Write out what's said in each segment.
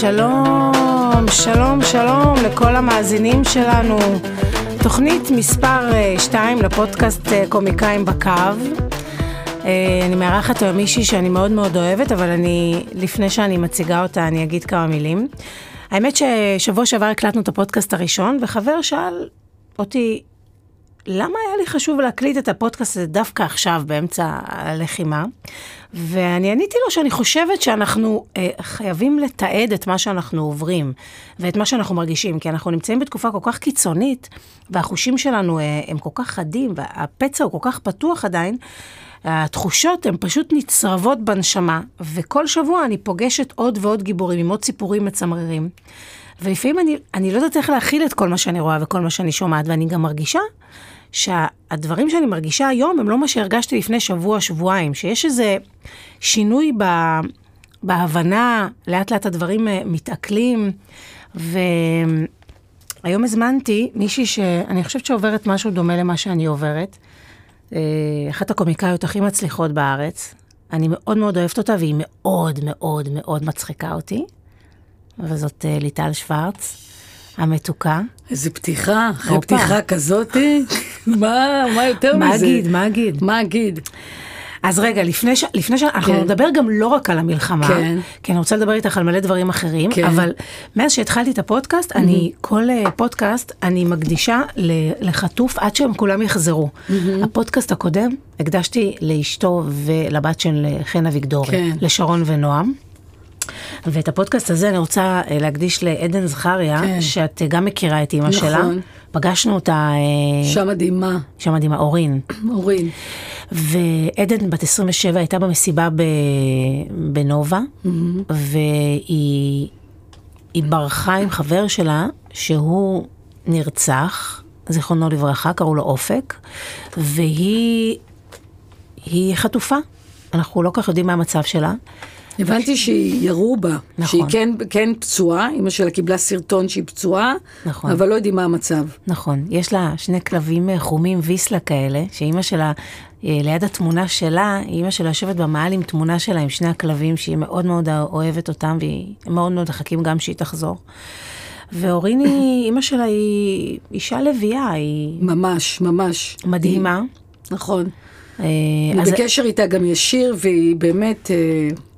שלום, שלום, שלום לכל המאזינים שלנו. תוכנית מספר 2 לפודקאסט אה, קומיקאים בקו. אה, אני מארחת היום מישהי שאני מאוד מאוד אוהבת, אבל אני, לפני שאני מציגה אותה, אני אגיד כמה מילים. האמת ששבוע שעבר הקלטנו את הפודקאסט הראשון, וחבר שאל אותי, למה היה לי חשוב להקליט את הפודקאסט הזה דווקא עכשיו, באמצע הלחימה? ואני עניתי לו שאני חושבת שאנחנו אה, חייבים לתעד את מה שאנחנו עוברים ואת מה שאנחנו מרגישים, כי אנחנו נמצאים בתקופה כל כך קיצונית, והחושים שלנו אה, הם כל כך חדים, והפצע הוא כל כך פתוח עדיין, התחושות הן פשוט נצרבות בנשמה, וכל שבוע אני פוגשת עוד ועוד גיבורים עם עוד סיפורים מצמררים. ולפעמים אני, אני לא יודעת איך להכיל את כל מה שאני רואה וכל מה שאני שומעת, ואני גם מרגישה שהדברים שאני מרגישה היום הם לא מה שהרגשתי לפני שבוע, שבועיים, שיש איזה שינוי ב, בהבנה, לאט לאט הדברים אה, מתעכלים, והיום הזמנתי מישהי שאני חושבת שעוברת משהו דומה למה שאני עוברת, אה, אחת הקומיקאיות הכי מצליחות בארץ. אני מאוד מאוד אוהבת אותה, והיא מאוד מאוד מאוד מצחיקה אותי. וזאת אה, ליטל שוורץ, המתוקה. איזה פתיחה, אחרי הופה. פתיחה כזאתי, מה, מה יותר מה מזה? אגיד, מה כן. אגיד? מה אגיד? אז רגע, לפני, ש... לפני שאנחנו כן. נדבר גם לא רק על המלחמה, כן. כי אני רוצה לדבר איתך על מלא דברים אחרים, כן. אבל מאז שהתחלתי את הפודקאסט, אני, כל אה, פודקאסט, אני מקדישה ל- לחטוף עד שהם כולם יחזרו. הפודקאסט הקודם, הקדשתי לאשתו ולבת של אה, חן אביגדורי, כן. לשרון ונועם. ואת הפודקאסט הזה אני רוצה אה, להקדיש לעדן זכריה, כן. שאת אה, גם מכירה את אימא נכון. שלה. פגשנו אותה, אה, אישה מדהימה, אישה מדהימה, אורין. אורין. ועדן בת 27 הייתה במסיבה ב... בנובה, והיא היא ברחה עם חבר שלה שהוא נרצח, זיכרונו לברכה, קראו לו אופק, והיא היא חטופה. אנחנו לא כל כך יודעים מה המצב שלה. הבנתי שירו בה, נכון. שהיא כן, כן פצועה, אמא שלה קיבלה סרטון שהיא פצועה, נכון. אבל לא יודעים מה המצב. נכון, יש לה שני כלבים אה, חומים ויסלה כאלה, שאימא שלה, אה, ליד התמונה שלה, אימא שלה יושבת במעל עם תמונה שלה עם שני הכלבים, שהיא מאוד מאוד אה, אוהבת אותם, והיא הם מאוד מאוד מחכים גם שהיא תחזור. ואוריני, אימא שלה היא אישה לביאה, היא ממש, ממש. מדהימה. נכון. אה, אני אז- בקשר איתה גם ישיר, והיא באמת אה,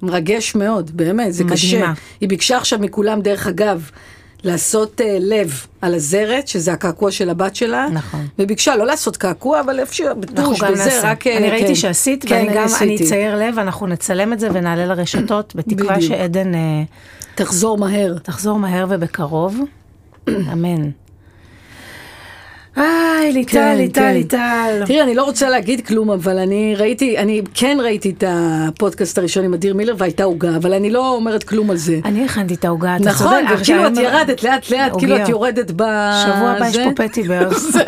מרגש מאוד, באמת, זה מדהימה. קשה. היא ביקשה עכשיו מכולם, דרך אגב, לעשות אה, לב על הזרת, שזה הקעקוע של הבת שלה. נכון. וביקשה לא לעשות קעקוע, אבל אפשר, אנחנו בטוש, גם וזה נעשה. רק... אה, אני ראיתי כן. שעשית, כן, ואני גם, אני עשיתי. אצייר לב, אנחנו נצלם את זה ונעלה לרשתות, בתקווה בדיוק. שעדן אה, תחזור מהר. תחזור מהר ובקרוב, אמן. היי, ליטל, ליטל, כן. ליטל. תראי, אני לא רוצה להגיד כלום, אבל אני ראיתי, אני כן ראיתי את הפודקאסט הראשון עם אדיר מילר והייתה עוגה, אבל אני לא אומרת כלום על זה. אני הכנתי את העוגה, אתה צודק. נכון, וכאילו עכשיו- את ירדת לאט לאט, כאילו עוגיות. את יורדת ב... שבוע הבא יש זה. פה פטיבר. זהו,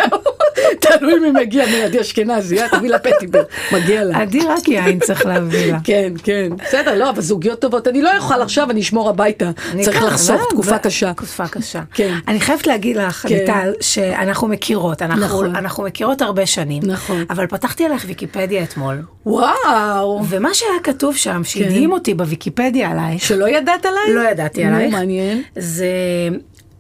תלוי מי מגיע מעדי אשכנזי, אה, תביא לה פטיבר, מגיע לה. עדי רק יין צריך להביא לה. כן, כן, בסדר, לא, אבל זוגיות טובות, אני לא אוכל עכשיו, אני אשמור הביתה. אני צריך אקח, לא, לחסוך זה- תקופה זה- קשה. תקופה קשה. כן. אני חייבת להגיד לך, כן. ליטל, שאנחנו מכירות, אנחנו- נכון. אנחנו מכירות הרבה שנים. נכון. אבל פתחתי עליך ויקיפדיה אתמול, וואו, ומה שהיה כתוב שם, שהדהים אותי בוויקיפדיה עלייך, שלא ידעת עליי? לא ידעתי נו, עלייך. מעניין. זה...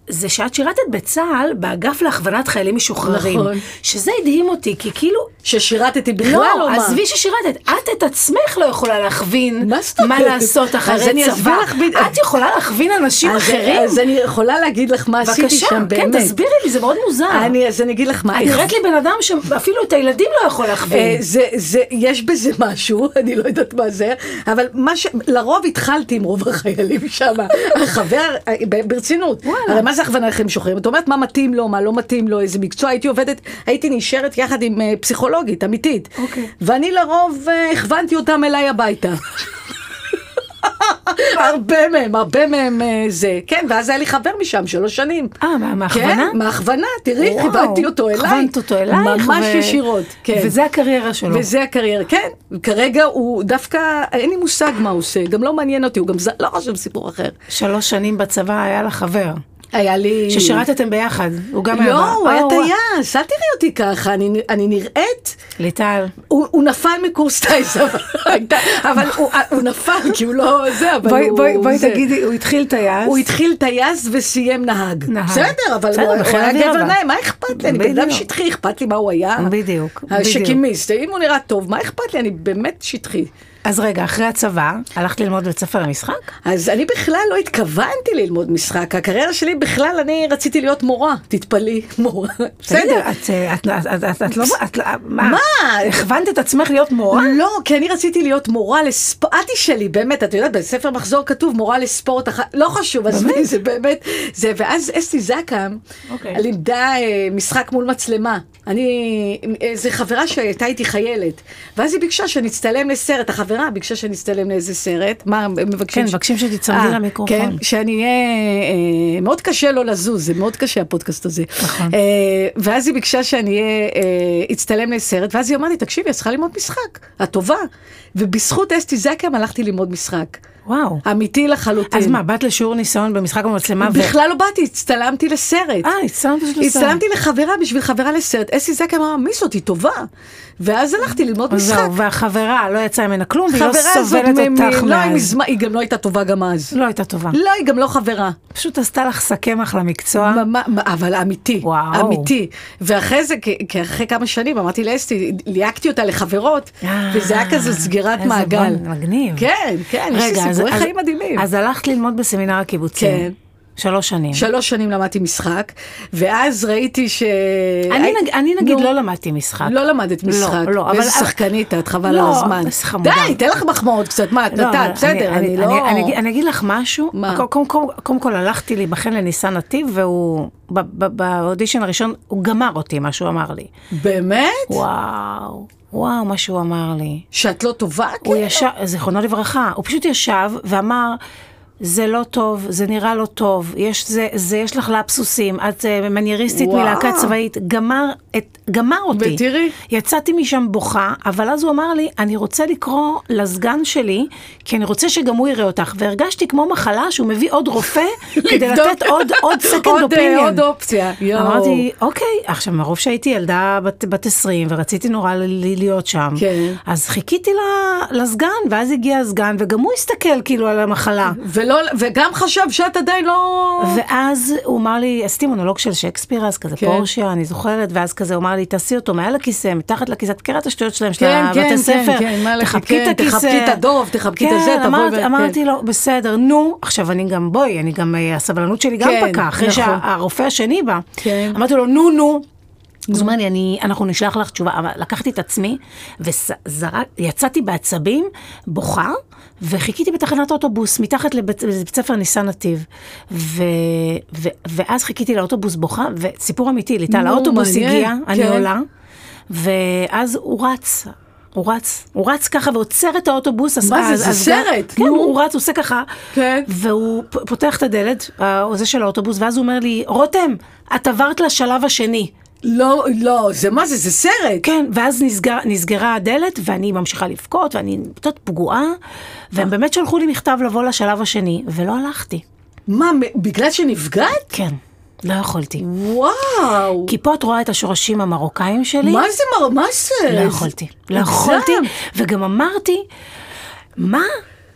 זה שאת שירתת בצה"ל באגף להכוונת חיילים משוחררים. נכון. שזה הדהים אותי, כי כאילו... ששירתתי בכלל לא, או מה? עזבי ששירתת, את את עצמך לא יכולה להכווין מה זאת אומרת? לעשות אז אחרי אני אסביר צבא. לך בדיוק. את יכולה להכווין אנשים אז- אחרים? אז אני יכולה להגיד לך מה עשיתי בבקשה, שם כן, באמת. תסבירי לי, זה מאוד מוזר. אני, אז אני אגיד לך מה. את נראית לי בן אדם שאפילו את הילדים לא יכול להכווין. אה, זה, זה, יש בזה משהו, אני לא יודעת מה זה, אבל מה ש... לרוב התחלתי עם רוב החיילים שם. החבר, אה, ב- ברצינות. וואלה. הרי מה זה הכוונה לכם שוחררים? את אומרת מה מתאים לו, מה לא מתאים לו, איזה מקצוע. הייתי עובדת, הייתי נשארת יחד עם אה, פסיכולוגית, אמיתית. אוקיי. ואני לרוב אה, הכוונתי אותם אליי הביתה. הרבה מהם, הרבה מהם אה, זה. כן, ואז היה לי חבר משם שלוש שנים. אה, מה- מהכוונה? כן, מהכוונה, תראי, וואו, כיוונתי אותו אליי. כוונת אותו אלייך. ממש ו- ישירות, כן. וזה הקריירה שלו. וזה הקריירה, כן. כרגע הוא דווקא, אין לי מושג מה הוא עושה, גם לא מעניין אותי, הוא גם ז... לא חושב סיפור אחר. שלוש שנים בצבא היה לה חבר. היה לי... ששירתתם ביחד. הוא גם היה... כאילו. לא, בא- הוא היה אה, טייס, אל תראי אותי ככה, אני, אני נראית... ליטל. הוא, הוא נפל מקורס טיס, אבל, אבל הוא, הוא נפל כי הוא לא זה, אבל בואי- הוא... בואי בואי זה. תגידי, הוא התחיל טייס. הוא התחיל טייס וסיים נהג. נהג. בסדר, אבל בסדר, הוא הוא בחיל היה האוויר גבר אבל. נאה, מה אכפת לי? אני בן אדם בדיוק. שטחי, אכפת לי מה הוא היה. בדיוק, בדיוק. השקימיסט, אם הוא נראה טוב, מה אכפת לי? אני באמת שטחי. אז רגע, אחרי הצבא, הלכת ללמוד בבית ספר למשחק? אז אני בכלל לא התכוונתי ללמוד משחק, הקריירה שלי בכלל, אני רציתי להיות מורה, תתפלאי, מורה. בסדר. תגידי, את, אה, את, את, את, את לא... את, לא- מה? מה? הכוונת את עצמך להיות מורה? לא, כי אני רציתי להיות מורה לספורט, אתי שלי, באמת, את יודעת, בספר מחזור כתוב מורה לספורט אחת, לא חשוב, אז באמת? זה באמת, זה, ואז אסתי זקאם אוקיי. לימדה אה, משחק מול מצלמה. אני, אה, זו חברה שהייתה איתי חיילת, ואז היא ביקשה שנצטלם לסרט, החברה ביקשה שנצטלם לאיזה סרט, מה, הם מבקשים? כן, ש- מבקשים שתצמדי אה, למיקרופון. כן, שאני אהיה, אה, מאוד קשה לא לזוז, זה מאוד קשה הפודקאסט הזה. נכון. אה, ואז היא ביקשה שאני אהיה, אה, אצטלם לסרט, ואז היא אמרה לי, תקשיבי, את צריכה ללמוד משחק, את טובה. ובזכות אסתי זקם הלכתי ללמוד משחק. וואו. אמיתי לחלוטין. אז מה, באת לשיעור ניסיון במשחק במצלמה? ו- כן. בכלל לא באתי, הצטלמתי לסרט. אה, הצטלמת בשביל הסרט. הצטלמתי לחברה בשביל חברה לסרט. אסתי זקם אמרה, מי זאת, היא טובה. ואז הלכתי ללמוד אז משחק. זהו, והחברה, לא יצא ממנה כלום, והיא לא חברה הזאת, סובלת מ- מ- אותך לא, היא מאז. מזמן- היא גם לא הייתה טובה גם אז. לא הייתה טובה. לא, היא גם לא חברה. פשוט עשתה לך סכמח למקצוע. ממ- אבל אמיתי, וואו. אמיתי. ואחרי זה, כ- כי אחרי כמה שנים, אמרתי לאסתי, ליהקתי אותה לחברות, אה, וזה היה כזה סגירת איזה מעגל. בונד, מגניב. כן, כן, יש לי סיפורי חיים מדהימים. אז הלכת ללמוד בסמינר הקיבוצים. כן. שלוש שנים. שלוש שנים למדתי משחק, ואז ראיתי ש... אני, הי- נג... אני נגיד אה, נו, לא למדתי משחק. לא למדת משחק. לא, אבל- איזה שחקנית את, חבל על לא, הזמן. איזה חמודה. די, תן לך מחמאות קצת, מה, את לא, אבל נתת, בסדר, אני לא... אני, אגיד- אני אגיד לך משהו. מה? קודם- קודם, קודם, קודם כל הלכתי להיבחן לניסן נתיב, והוא, ב- ב- באודישן הראשון, הוא גמר אותי, מה שהוא אמר לי. באמת? וואו, וואו, מה שהוא אמר לי. שאת לא טובה? הוא כאילו? ישב, זיכרונו לברכה, הוא פשוט ישב ואמר, זה לא טוב, זה נראה לא טוב, יש, זה, זה, יש לך לפסוסים, את אה, מנייריסטית וואו. מלהקה צבאית, גמר, את, גמר אותי. ותראי. יצאתי משם בוכה, אבל אז הוא אמר לי, אני רוצה לקרוא לסגן שלי, כי אני רוצה שגם הוא יראה אותך. והרגשתי כמו מחלה שהוא מביא עוד רופא כדי לבדוק. לתת עוד, עוד second עוד, אה, opinion. עוד אופציה. יואו. אמרתי, אוקיי, עכשיו מרוב שהייתי ילדה בת, בת 20 ורציתי נורא ל- ל- להיות שם, כן. אז חיכיתי ל- לסגן, ואז הגיע הסגן, וגם הוא הסתכל כאילו על המחלה. ולא, וגם חשב שאת עדיין לא... ואז הוא אמר לי, עשיתי מונולוג של שייקספיר אז, כזה כן. פורשיה, אני זוכרת, ואז כזה הוא אמר לי, תעשי אותו מעל הכיסא, מתחת לכיסא, את מכירה את השטויות שלהם, של כן, כן, כן, הבתי ספר, כן, מעל הכיסא, תחבקי את כן, הכיסא. תחבקי את הדוב, תחבקי את הזה, כן, תבואי אמרת- ו- כן. אמרתי לו, בסדר, נו, עכשיו אני גם, בואי, אני גם, אה, הסבלנות שלי גם כן, פקעה, אחרי נכון. שהרופא השני בא. כן. אמרתי לו, נו, נו. אז הוא אומר לי, אני, אנחנו נשלח לך תשובה, אבל לקחתי את עצמי, ויצאתי בעצבים, בוכה, וחיכיתי בתחנת אוטובוס, מתחת לבית, לבית ספר ניסן נתיב. ו, ו, ואז חיכיתי לאוטובוס בוכה, וסיפור אמיתי, ליטל, נו, האוטובוס מעניין, הגיע, אני כן. עולה, ואז הוא רץ. הוא רץ, הוא רץ ככה ועוצר את האוטובוס. אז- מה זה, אז- זה אז- סרט, כן, נו. הוא רץ, הוא עושה ככה. כן. והוא פ- פותח את הדלת, ה- זה של האוטובוס, ואז הוא אומר לי, רותם, את עברת לשלב השני. לא, לא, זה מה זה, זה סרט. כן, ואז נסגר, נסגרה הדלת, ואני ממשיכה לבכות, ואני קצת פגועה, והם באמת שלחו לי מכתב לבוא לשלב השני, ולא הלכתי. מה, מ- בגלל שנפגעת? כן, לא יכולתי. וואו. כי פה את רואה את השורשים המרוקאים שלי. מה זה, מר- מה זה? לא יכולתי, לא מגזם. יכולתי, וגם אמרתי, מה?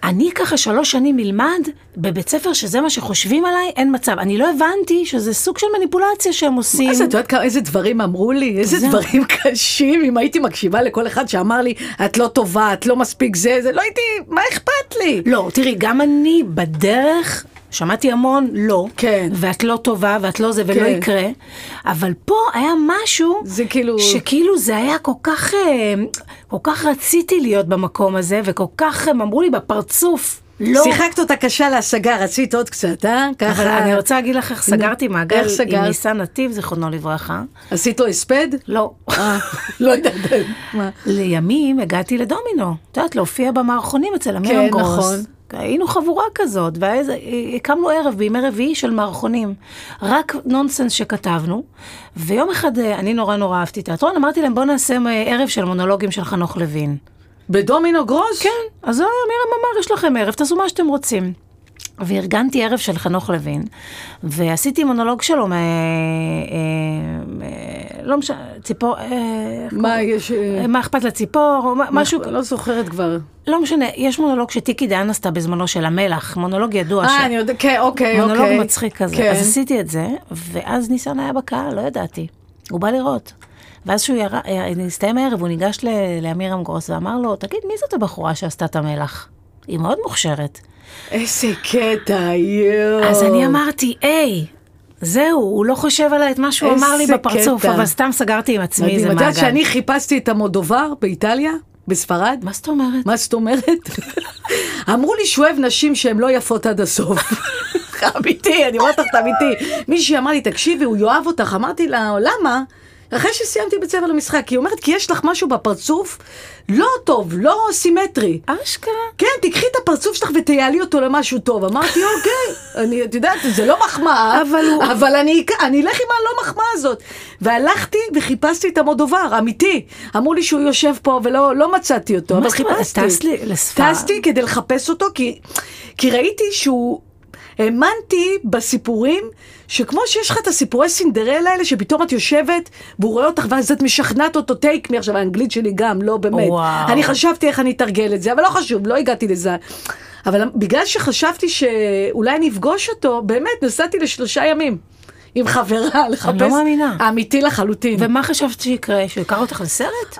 אני ככה שלוש שנים אלמד בבית ספר שזה מה שחושבים עליי, אין מצב. אני לא הבנתי שזה סוג של מניפולציה שהם עושים. אז את יודעת כמה- איזה דברים אמרו לי, איזה זהו. דברים קשים, אם הייתי מקשיבה לכל אחד שאמר לי, את לא טובה, את לא מספיק זה, זה, לא הייתי, מה אכפת לי? לא, תראי, גם אני בדרך... שמעתי המון לא, כן. ואת לא טובה, ואת לא זה, ולא כן. יקרה, אבל פה היה משהו, זה כאילו- שכאילו זה היה כל כך, אה, כל כך רציתי להיות במקום הזה, וכל כך הם אמרו לי בפרצוף, לא. שיחקת אותה קשה להשגה, רצית עוד קצת, אה? אבל ככה. אני רוצה להגיד לך איך סגרתי מעגל איך סגרת? עם ניסן נתיב, זיכרונו לברכה. עשית לו הספד? לא. אה, לא יודעת. מה? לימים הגעתי לדומינו. את יודעת, להופיע במערכונים אצל עמירם גרוס. כן, נכון. היינו חבורה כזאת, והקמנו ערב בימי רביעי של מערכונים. רק נונסנס שכתבנו, ויום אחד אה, אני נורא נורא אהבתי תיאטרון, אמרתי להם בואו נעשה אה, ערב של מונולוגים של חנוך לוין. בדומינו גרוס? כן, אז מירם אמר, יש לכם ערב, תעשו מה שאתם רוצים. וארגנתי ערב של חנוך לוין, ועשיתי מונולוג שלו מ... אה, אה, לא משנה, ציפור... אה, איך מה יש... אה, קוראים? מה אכפת לציפור, או מה- משהו... לא זוכרת כבר. לא משנה, יש מונולוג שטיקי דהן עשתה בזמנו של המלח, מונולוג ידוע. ש- אה, אני יודעת, כן, אוקיי, אוקיי. מונולוג מצחיק כזה. כן. אז עשיתי את זה, ואז ניסן היה בקהל, לא ידעתי. הוא בא לראות. ואז שהוא ירה, אה, הסתיים הערב, הוא ניגש ל- לאמירם גרוס ואמר לו, תגיד, מי זאת הבחורה שעשתה את המלח? היא מאוד מוכשרת. איזה קטע, יואו. אז אני אמרתי, היי, זהו, הוא לא חושב עליי את מה שהוא איזה אמר לי בפרצוף, קטע. אבל סתם סגרתי עם עצמי מדהים. איזה את מעגל. יודעת שאני חיפשתי את המודובר באיטליה, בספרד? מה זאת אומרת? מה זאת אומרת? אמרו לי שהוא אוהב נשים שהן לא יפות עד הסוף. אמיתי, אני אומרת לך את אמיתי. מישהי אמרה לי, תקשיבי, הוא יאהב אותך. אמרתי לה, למה? אחרי שסיימתי בית ספר למשחק, היא אומרת, כי יש לך משהו בפרצוף לא טוב, לא סימטרי. אשכרה. כן, תקחי את הפרצוף שלך ותייעלי אותו למשהו טוב. אמרתי, אוקיי, אני, את יודעת, זה לא מחמאה, אבל הוא- אבל אני, אק- אני אלך עם הלא מחמאה הזאת. והלכתי וחיפשתי את המודובר, אמיתי. אמרו לי שהוא יושב פה ולא לא מצאתי אותו, מה אבל זאת אומרת? חיפשתי. טס ל- לספרד? טסתי כדי לחפש אותו, כי, כי ראיתי שהוא... האמנתי בסיפורים שכמו שיש לך את הסיפורי סינדרלה האלה שפתאום את יושבת והוא רואה אותך ואז את משכנעת אותו טייק מי עכשיו האנגלית שלי גם לא באמת וואו. אני חשבתי איך אני אתרגל את זה, אבל לא חשוב, לא הגעתי לזה. אבל בגלל שחשבתי שאולי אני אפגוש אותו, באמת נסעתי לשלושה ימים. עם חברה לחפש. לא מאמינה. אמיתי לחלוטין. ומה חשבת שיקרה? שהוא ייקח אותך לסרט?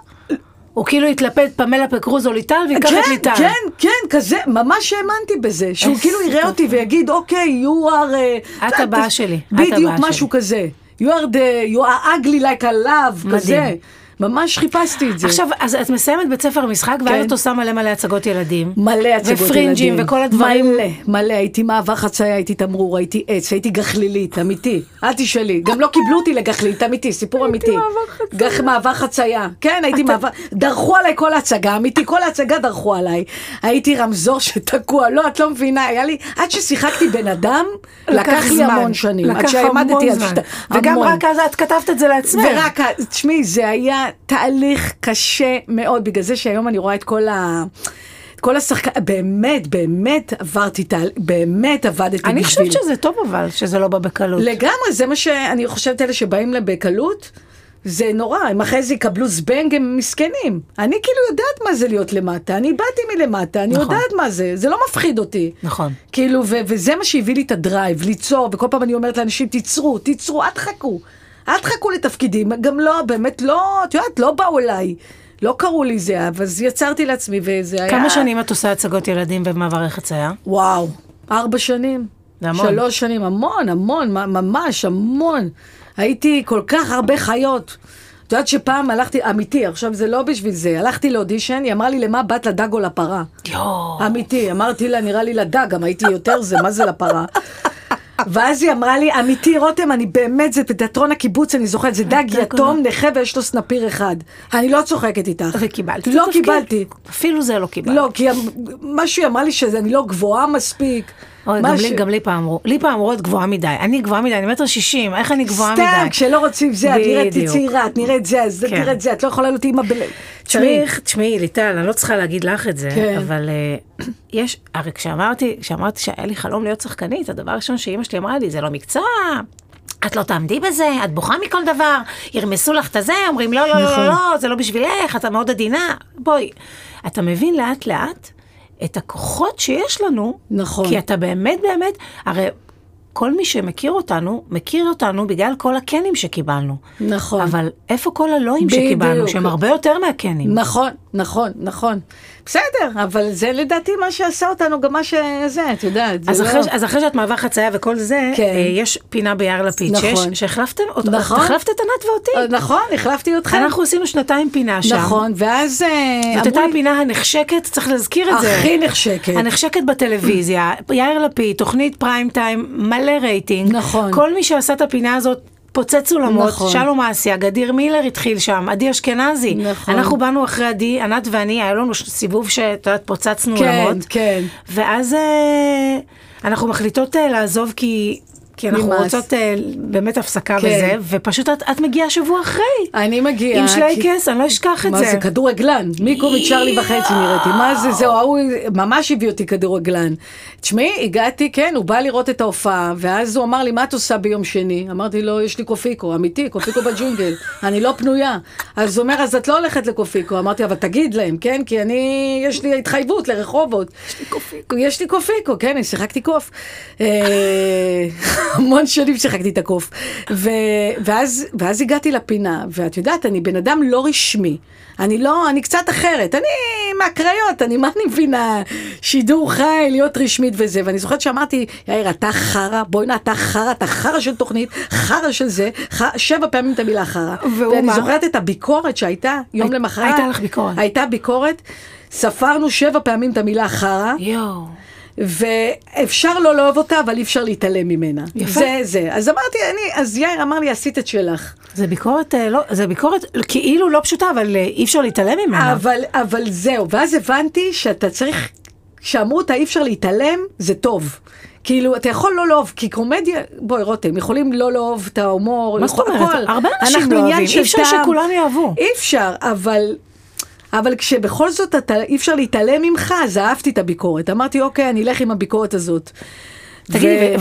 הוא כאילו יתלפה את פמלה פקרוז או ליטל ויקח את כן, ליטל. כן, כן, כזה, ממש האמנתי בזה. שהוא איזה כאילו יראה אותי טוב. ויגיד, אוקיי, you are... את הבאה שלי, את בדיוק, הבאה משהו כזה. You are the... you are ugly like a love, כזה. ממש חיפשתי את זה. עכשיו, אז את מסיימת בית ספר משחק, כן. ואז את עושה מלא מלא הצגות ילדים. מלא הצגות ילדים. ופרינג'ים וכל הדברים. מלא, מלא. הייתי מעבר חצייה, הייתי תמרור, הייתי עץ, הייתי גחלילית, אמיתי. אל תשאלי. גם לא קיבלו אותי לגחלילית, אמיתי, סיפור אמיתי. מעבר חצייה. גח- מעבר חצייה. כן, הייתי אתה- מעבר... דרכו עליי כל ההצגה, אמיתי, כל ההצגה דרכו עליי. הייתי רמזור שתקוע, לא, את לא מבינה, היה לי... עד ששיחקתי בן אדם, לקח לי זמן. המון שנים. עד לקח שהעמדתי המון על זמן. שת... וגם המון. רק אז את כתבת את זה לעצמך. ורק, ה- תשמעי, זה היה תהליך קשה מאוד, בגלל זה שהיום אני רואה את כל ה... את כל השחקן, באמת, באמת עברתי תהליך, באמת עבדתי בשביל. אני חושבת שזה טוב אבל, שזה לא בא בקלות. לגמרי, זה מה שאני חושבת, אלה שבאים להם בקלות, זה נורא, הם אחרי זה יקבלו זבנג, הם מסכנים. אני כאילו יודעת מה זה להיות למטה, אני באתי מלמטה, אני נכון. יודעת מה זה, זה לא מפחיד אותי. נכון. כאילו, ו- וזה מה שהביא לי את הדרייב, ליצור, וכל פעם אני אומרת לאנשים, תיצרו, תיצרו, אל תחכו. אל תחכו לתפקידים, גם לא, באמת לא, את יודעת, לא באו אליי. לא קראו לי זה, אבל אז יצרתי לעצמי, וזה היה... כמה שנים את עושה הצגות ילדים במעברך חצייה? וואו, ארבע שנים. זה המון. שלוש שנים, המון, המון, מ- ממש המון. הייתי כל כך הרבה חיות. את יודעת שפעם הלכתי, אמיתי, עכשיו זה לא בשביל זה, הלכתי לאודישן, היא אמרה לי, למה באת לדג או לפרה? יואו. אמיתי, אמרתי לה, נראה לי לדג, גם הייתי יותר זה, מה זה לפרה? ואז היא אמרה לי, אמיתי, רותם, אני באמת, זה בתיאטרון הקיבוץ, אני זוכרת, זה דג הדג יתום, נכה ויש לו סנפיר אחד. אני לא צוחקת איתך. וקיבלת. את לא התפקיד? קיבלתי. אפילו זה לא קיבלת. לא, כי משהו אמר לי שאני לא גבוהה מספיק. אוי, גם לי- משהו. גם לי פעם אמרו, לי פעם אמרו את גבוהה מדי, אני גבוהה מדי, אני מטר שישים, איך אני גבוהה מדי? סתם, כשלא רוצים זה, את נראית לי בדיוק. צעירה, את נראית זה, אז כן. נראית זה, את לא יכולה להיות אימא ב... צריך, תשמעי, ליטל, אני לא צריכה להגיד לך את זה, כן. אבל אה, יש, הרי כשאמרתי, כשאמרתי שהיה לי חלום להיות שחקנית, הדבר הראשון שאימא שלי אמרה לי, זה לא מקצוע. את לא תעמדי בזה, את בוכה מכל דבר, ירמסו לך את הזה, אומרים לא, לא, לא, נכון. לא, לא, זה לא בשבילך, את מאוד עדינה. בואי, אתה מבין לאט לאט את הכוחות שיש לנו, נכון. כי אתה באמת באמת, הרי כל מי שמכיר אותנו, מכיר אותנו בגלל כל הכנים שקיבלנו. נכון. אבל איפה כל הלואים בדיוק. שקיבלנו, שהם הרבה יותר מהכנים? נכון, נכון, נכון. בסדר, אבל זה לדעתי מה שעשה אותנו, גם מה שזה, את יודעת. זה אז, לא- אחרי, ש- אז אחרי שאת מעבר חצייה וכל זה, כן. כן. אה, יש פינה ביאר לפיד, נכון. נכון. שיש, שהחלפתם, אותו, נכון. נכון. החלפת את ענת ואותי. אה, נכון, החלפתי אותך. אנחנו עשינו שנתיים פינה שם. נכון, ואז... אה, זאת אמרו הייתה לי- הפינה הנחשקת, צריך להזכיר את זה. הכי נחשקת. הנחשקת בטלוויזיה, יאיר לפיד, תוכנית פריים טיים, מלא רייטינג. נכון. כל מי שעשה את הפינה הזאת, פוצץ אולמות, נכון. נכון. שלום אסיה, גדיר מילר התחיל שם, עדי אשכנזי. נכון. אנחנו באנו אחרי עדי, ענת ואני, היה לנו ש- סיבוב שאת יודעת, פוצצנו כן, אולמות. כן. ואז אה, אנחנו מחליטות אה, לעזוב כי... כי אנחנו נמאס. רוצות אה, באמת הפסקה כן. וזה, ופשוט את, את מגיעה שבוע אחרי. אני מגיעה. עם כי- שלייקס, אני לא אשכח את מה זה. זה כדורגלן, מיקומית שרלי וחצי נראיתי, מה זה, זהו, ההוא ממש הביא אותי כדורגלן. תשמעי, הגעתי, כן, הוא בא לראות את ההופעה, ואז הוא אמר לי, מה את עושה ביום שני? אמרתי לו, יש לי קופיקו, אמיתי, קופיקו בג'ונגל, אני לא פנויה. אז הוא אומר, אז את לא הולכת לקופיקו. אמרתי, אבל תגיד להם, כן, כי אני, יש לי התחייבות לרחובות. יש לי קופיקו. יש לי קופיקו, כן, אני שיחקתי קוף. אה, המון שנים שיחקתי את הקוף. ו- ואז, ואז הגעתי לפינה, ואת יודעת, אני בן אדם לא רשמי. אני לא, אני קצת אחרת. אני מהקריות, אני מה אני מבינה? שידור חי, להיות רשמית וזה. ואני זוכרת שאמרתי, יאיר, אתה חרא, בוא'נה, אתה חרא, אתה חרא של תוכנית, חרא של זה, ח... שבע פעמים את המילה חרא. והוא ואני מה? זוכרת את הביקורת שהייתה יום הי- למחרת. הייתה לך ביקורת. הייתה ביקורת. ספרנו שבע פעמים את המילה חרא. יואו. ואפשר לא לאהוב אותה, אבל אי אפשר להתעלם ממנה. יפה. זה זה. אז אמרתי, אני, אז יאיר אמר לי, עשית את שלך. זה ביקורת, אה, לא, זה ביקורת כאילו לא פשוטה, אבל אה, אי אפשר להתעלם ממנה. אבל, אבל זהו, ואז הבנתי שאתה צריך, כשאמרו אותה אי אפשר להתעלם, זה טוב. כאילו, אתה יכול לא לאהוב, כי קומדיה, בואי רותם, יכולים לא לאהוב את ההומור, מה זאת יכול- אומרת? הכל. הרבה אנשים אנחנו לא עניין אוהבים, של אי אפשר טעם. שכולם יאהבו. אי אפשר, אבל... אבל כשבכל זאת אתה, אי אפשר להתעלם ממך, אז אהבתי את הביקורת. אמרתי, אוקיי, אני אלך עם הביקורת הזאת. תגידי,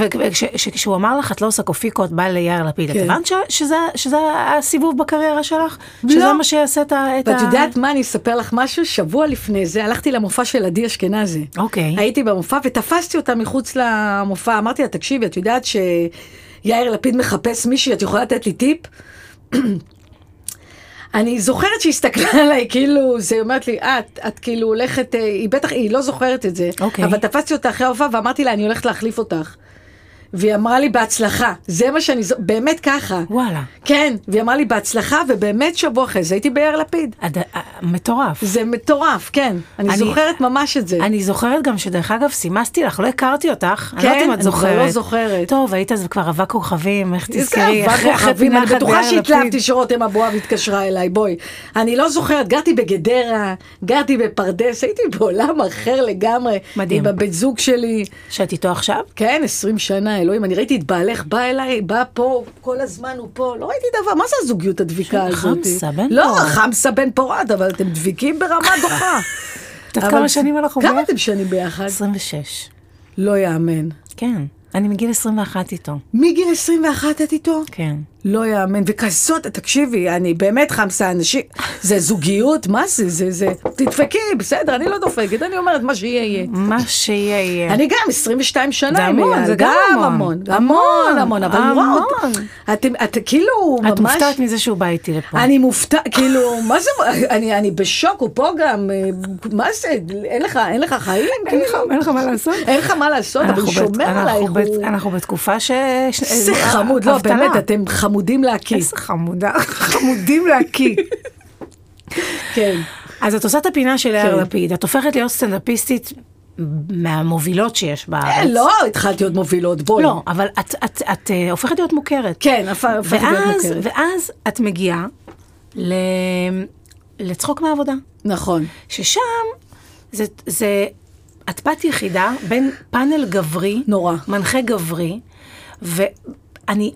וכשהוא אמר לך, את לא עושה קופיקו, את באה ליאיר לפיד, את כן. הבנת ש- שזה- שזה הסיבוב בקריירה שלך? לא. שזה מה שיעשה את ה... את ואת ה- יודעת מה, אני אספר לך משהו, שבוע לפני זה הלכתי למופע של עדי אשכנזי. אוקיי. הייתי במופע ותפסתי אותה מחוץ למופע, אמרתי לה, תקשיבי, את יודעת שיאיר לפיד מחפש מישהי, את יכולה לתת לי טיפ? אני זוכרת שהיא הסתכלה עליי, כאילו, זה היא אומרת לי, את, את כאילו הולכת, אה, היא בטח, היא לא זוכרת את זה, אוקיי. אבל תפסתי אותה אחרי ההופעה ואמרתי לה, אני הולכת להחליף אותך. והיא אמרה לי, בהצלחה, זה מה שאני, זו- באמת ככה. וואלה. כן, והיא אמרה לי בהצלחה, ובאמת שבוע אחרי זה הייתי ביאיר לפיד. הד- ה- מטורף. זה מטורף, כן. אני, אני- זוכרת ממש את זה. אני זוכרת גם שדרך אגב סימסתי לך, לא הכרתי אותך, אני כן? לא יודעת אם אני את כבר זוכרת. לא זוכרת. טוב, היית אז כבר רווק כוכבים, איך זה תזכרי, אהבה אחרי אחרי כוכבים, פינה אני אחת בטוחה ביאיר לפיד. שהתלהבתי שרותם אבואב התקשרה אליי, בואי. אני לא זוכרת, גרתי בגדרה, גרתי בפרדס, הייתי בעולם אחר לגמרי. מדהים. עם הבת זוג שלי. שאת איתו עכשיו? כן, 20 שנה, אלוהים, אני ראיתי את בעלך בא אליי, בא פה, כל הזמן הוא פה, לא ראיתי דבר, מה זה הזוגיות הדביקה של הזאת? חמסה בן לא, פורת. חמסה בן פורת, אבל אתם דביקים ברמה דוחה. את יודעת אבל- כמה שנים אנחנו כמה ביחד? אתם שנים ביחד? 26. לא יאמן. כן. אני מגיל 21 איתו. מגיל 21 את איתו? כן. לא יאמן, וכזאת, תקשיבי, אני באמת חמסה אנשים, זה זוגיות, מה זה, זה, זה, תדפקי, בסדר, אני לא דופקת, אני אומרת מה שיהיה יהיה. מה שיהיה יהיה. אני גם 22 שנה, זה המון, עם אייל, כן. זה גם המון, המון. המון, המון, אבל המון. וואו, אתם, את כאילו, את ממש, מופתעת מזה שהוא בא איתי לפה. אני מופתעת, כאילו, מה זה, אני, אני בשוק, הוא פה גם, אה, מה זה, אין לך, אין לך חיים, אין לך- כאילו? אין לך מה לעשות. אין לך מה לעשות, אבל הוא אנחנו בת- שומר אנחנו עלייך, בת- הוא... אנחנו בתקופה ש... ש- איזה אה, חמוד, לא, אבטלה. באמת, אתם חמודים להקיא. איזה חמודה, אה, חמודים להקיא. כן. אז את עושה את הפינה של יאיר כן. לפיד, את הופכת להיות סטנדאפיסטית מהמובילות שיש אה, בארץ. לא התחלת להיות מובילות, בואי. לא, אבל את- את- את אה, הופכת להיות מוכרת. כן, הפ- הפכתי להיות ואז, מוכרת. ואז את מגיעה ל... לצחוק מהעבודה, נכון. ששם זה, זה את בת יחידה בין פאנל גברי, נורא. מנחה גברי, ואני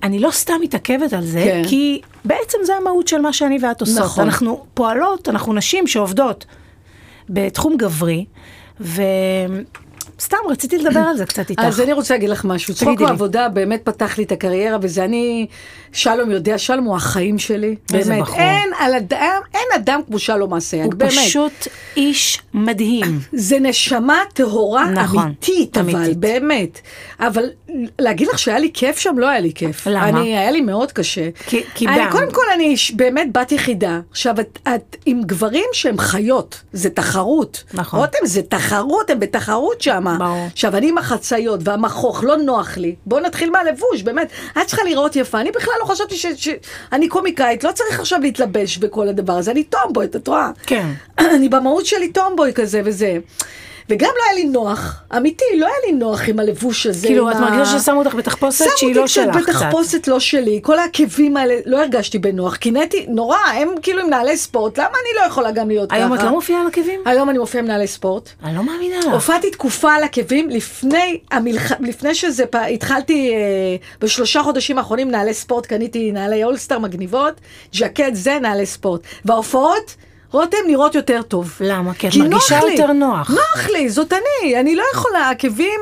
אני לא סתם מתעכבת על זה, כן. כי בעצם זה המהות של מה שאני ואת עושות. נכון. אנחנו פועלות, אנחנו נשים שעובדות בתחום גברי, וסתם רציתי לדבר על זה קצת איתך. אז אני רוצה להגיד לך משהו. צחוק אה. תגידי לי. העבודה באמת פתח לי את הקריירה, וזה אני, שלום יודע, שלום הוא החיים שלי. איזה באמת, בחור. אין על אדם, אין אדם כמו שלום אסייג, הוא באמת. פשוט איש מדהים. זה נשמה טהורה נכון, אמיתית, אבל אמיתית. באמת. אבל להגיד לך שהיה לי כיף שם, לא היה לי כיף. למה? אני, היה לי מאוד קשה. כי- כי אני, גם- קודם כל, אני איש- באמת בת יחידה. עכשיו, את, את עם גברים שהם חיות, זה תחרות. נכון. רותם, זה תחרות, הם בתחרות שם. ברור. עכשיו, אני עם החציות והמכוך, לא נוח לי. בואו נתחיל מהלבוש, באמת. את צריכה להיראות יפה. אני בכלל לא חשבתי ש... ש... אני קומיקאית, לא צריך עכשיו להתלבש וכל הדבר הזה. אני טומבוי, את רואה? כן. אני במהות שלי טומבוי כזה וזה. וגם לא היה לי נוח, אמיתי, לא היה לי נוח עם הלבוש הזה. כאילו, עם את ה- מרגישה ששמו אותך בתחפושת שהיא לא שלך שמו אותי קצת. קצת בתחפושת לא שלי, כל העקבים האלה, לא הרגשתי בנוח, קינאתי נורא, הם כאילו עם נעלי ספורט, למה אני לא יכולה גם להיות ככה? אה. היום את לא מופיעה על עקבים? היום אני מופיעה עם נעלי ספורט. אני לא מאמינה לך. הופעתי תקופה על עקבים לפני, המלח... לפני שזה, פ... התחלתי אה, בשלושה חודשים האחרונים נעלי ספורט, קניתי נעלי אולסטר מגניבות, ז'קט זה נעלי ספורט. וההופעות, רותם נראות יותר טוב. למה? כי את כי נוח מרגישה לי. יותר נוח. נוח לי, זאת אני, אני לא יכולה, עקבים...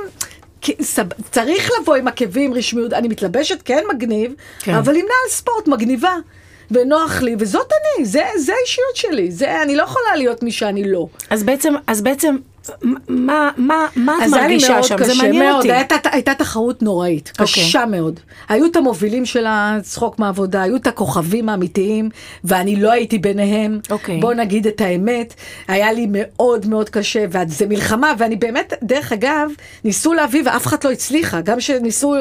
כי סב- צריך לבוא עם עקבים רשמיות, אני מתלבשת כן מגניב, כן. כן. אבל עם נעל ספורט מגניבה, ונוח לי, וזאת אני, זה, זה האישיות שלי, זה, אני לא יכולה להיות מי שאני לא. אז בעצם, אז בעצם, מ- מה, מה, מה את אז היה לי מרגישה מאוד שם? קשה, זה מעניין מאוד. אותי. אוקיי. הייתה, הייתה תחרות נוראית, קשה מאוד. היו את המובילים של הצחוק מהעבודה, היו את הכוכבים האמיתיים, ואני לא הייתי ביניהם. אוקיי. בוא נגיד את האמת, היה לי מאוד מאוד קשה, וזה מלחמה, ואני באמת, דרך אגב, ניסו להביא ואף אחת לא הצליחה, גם שניסו אה,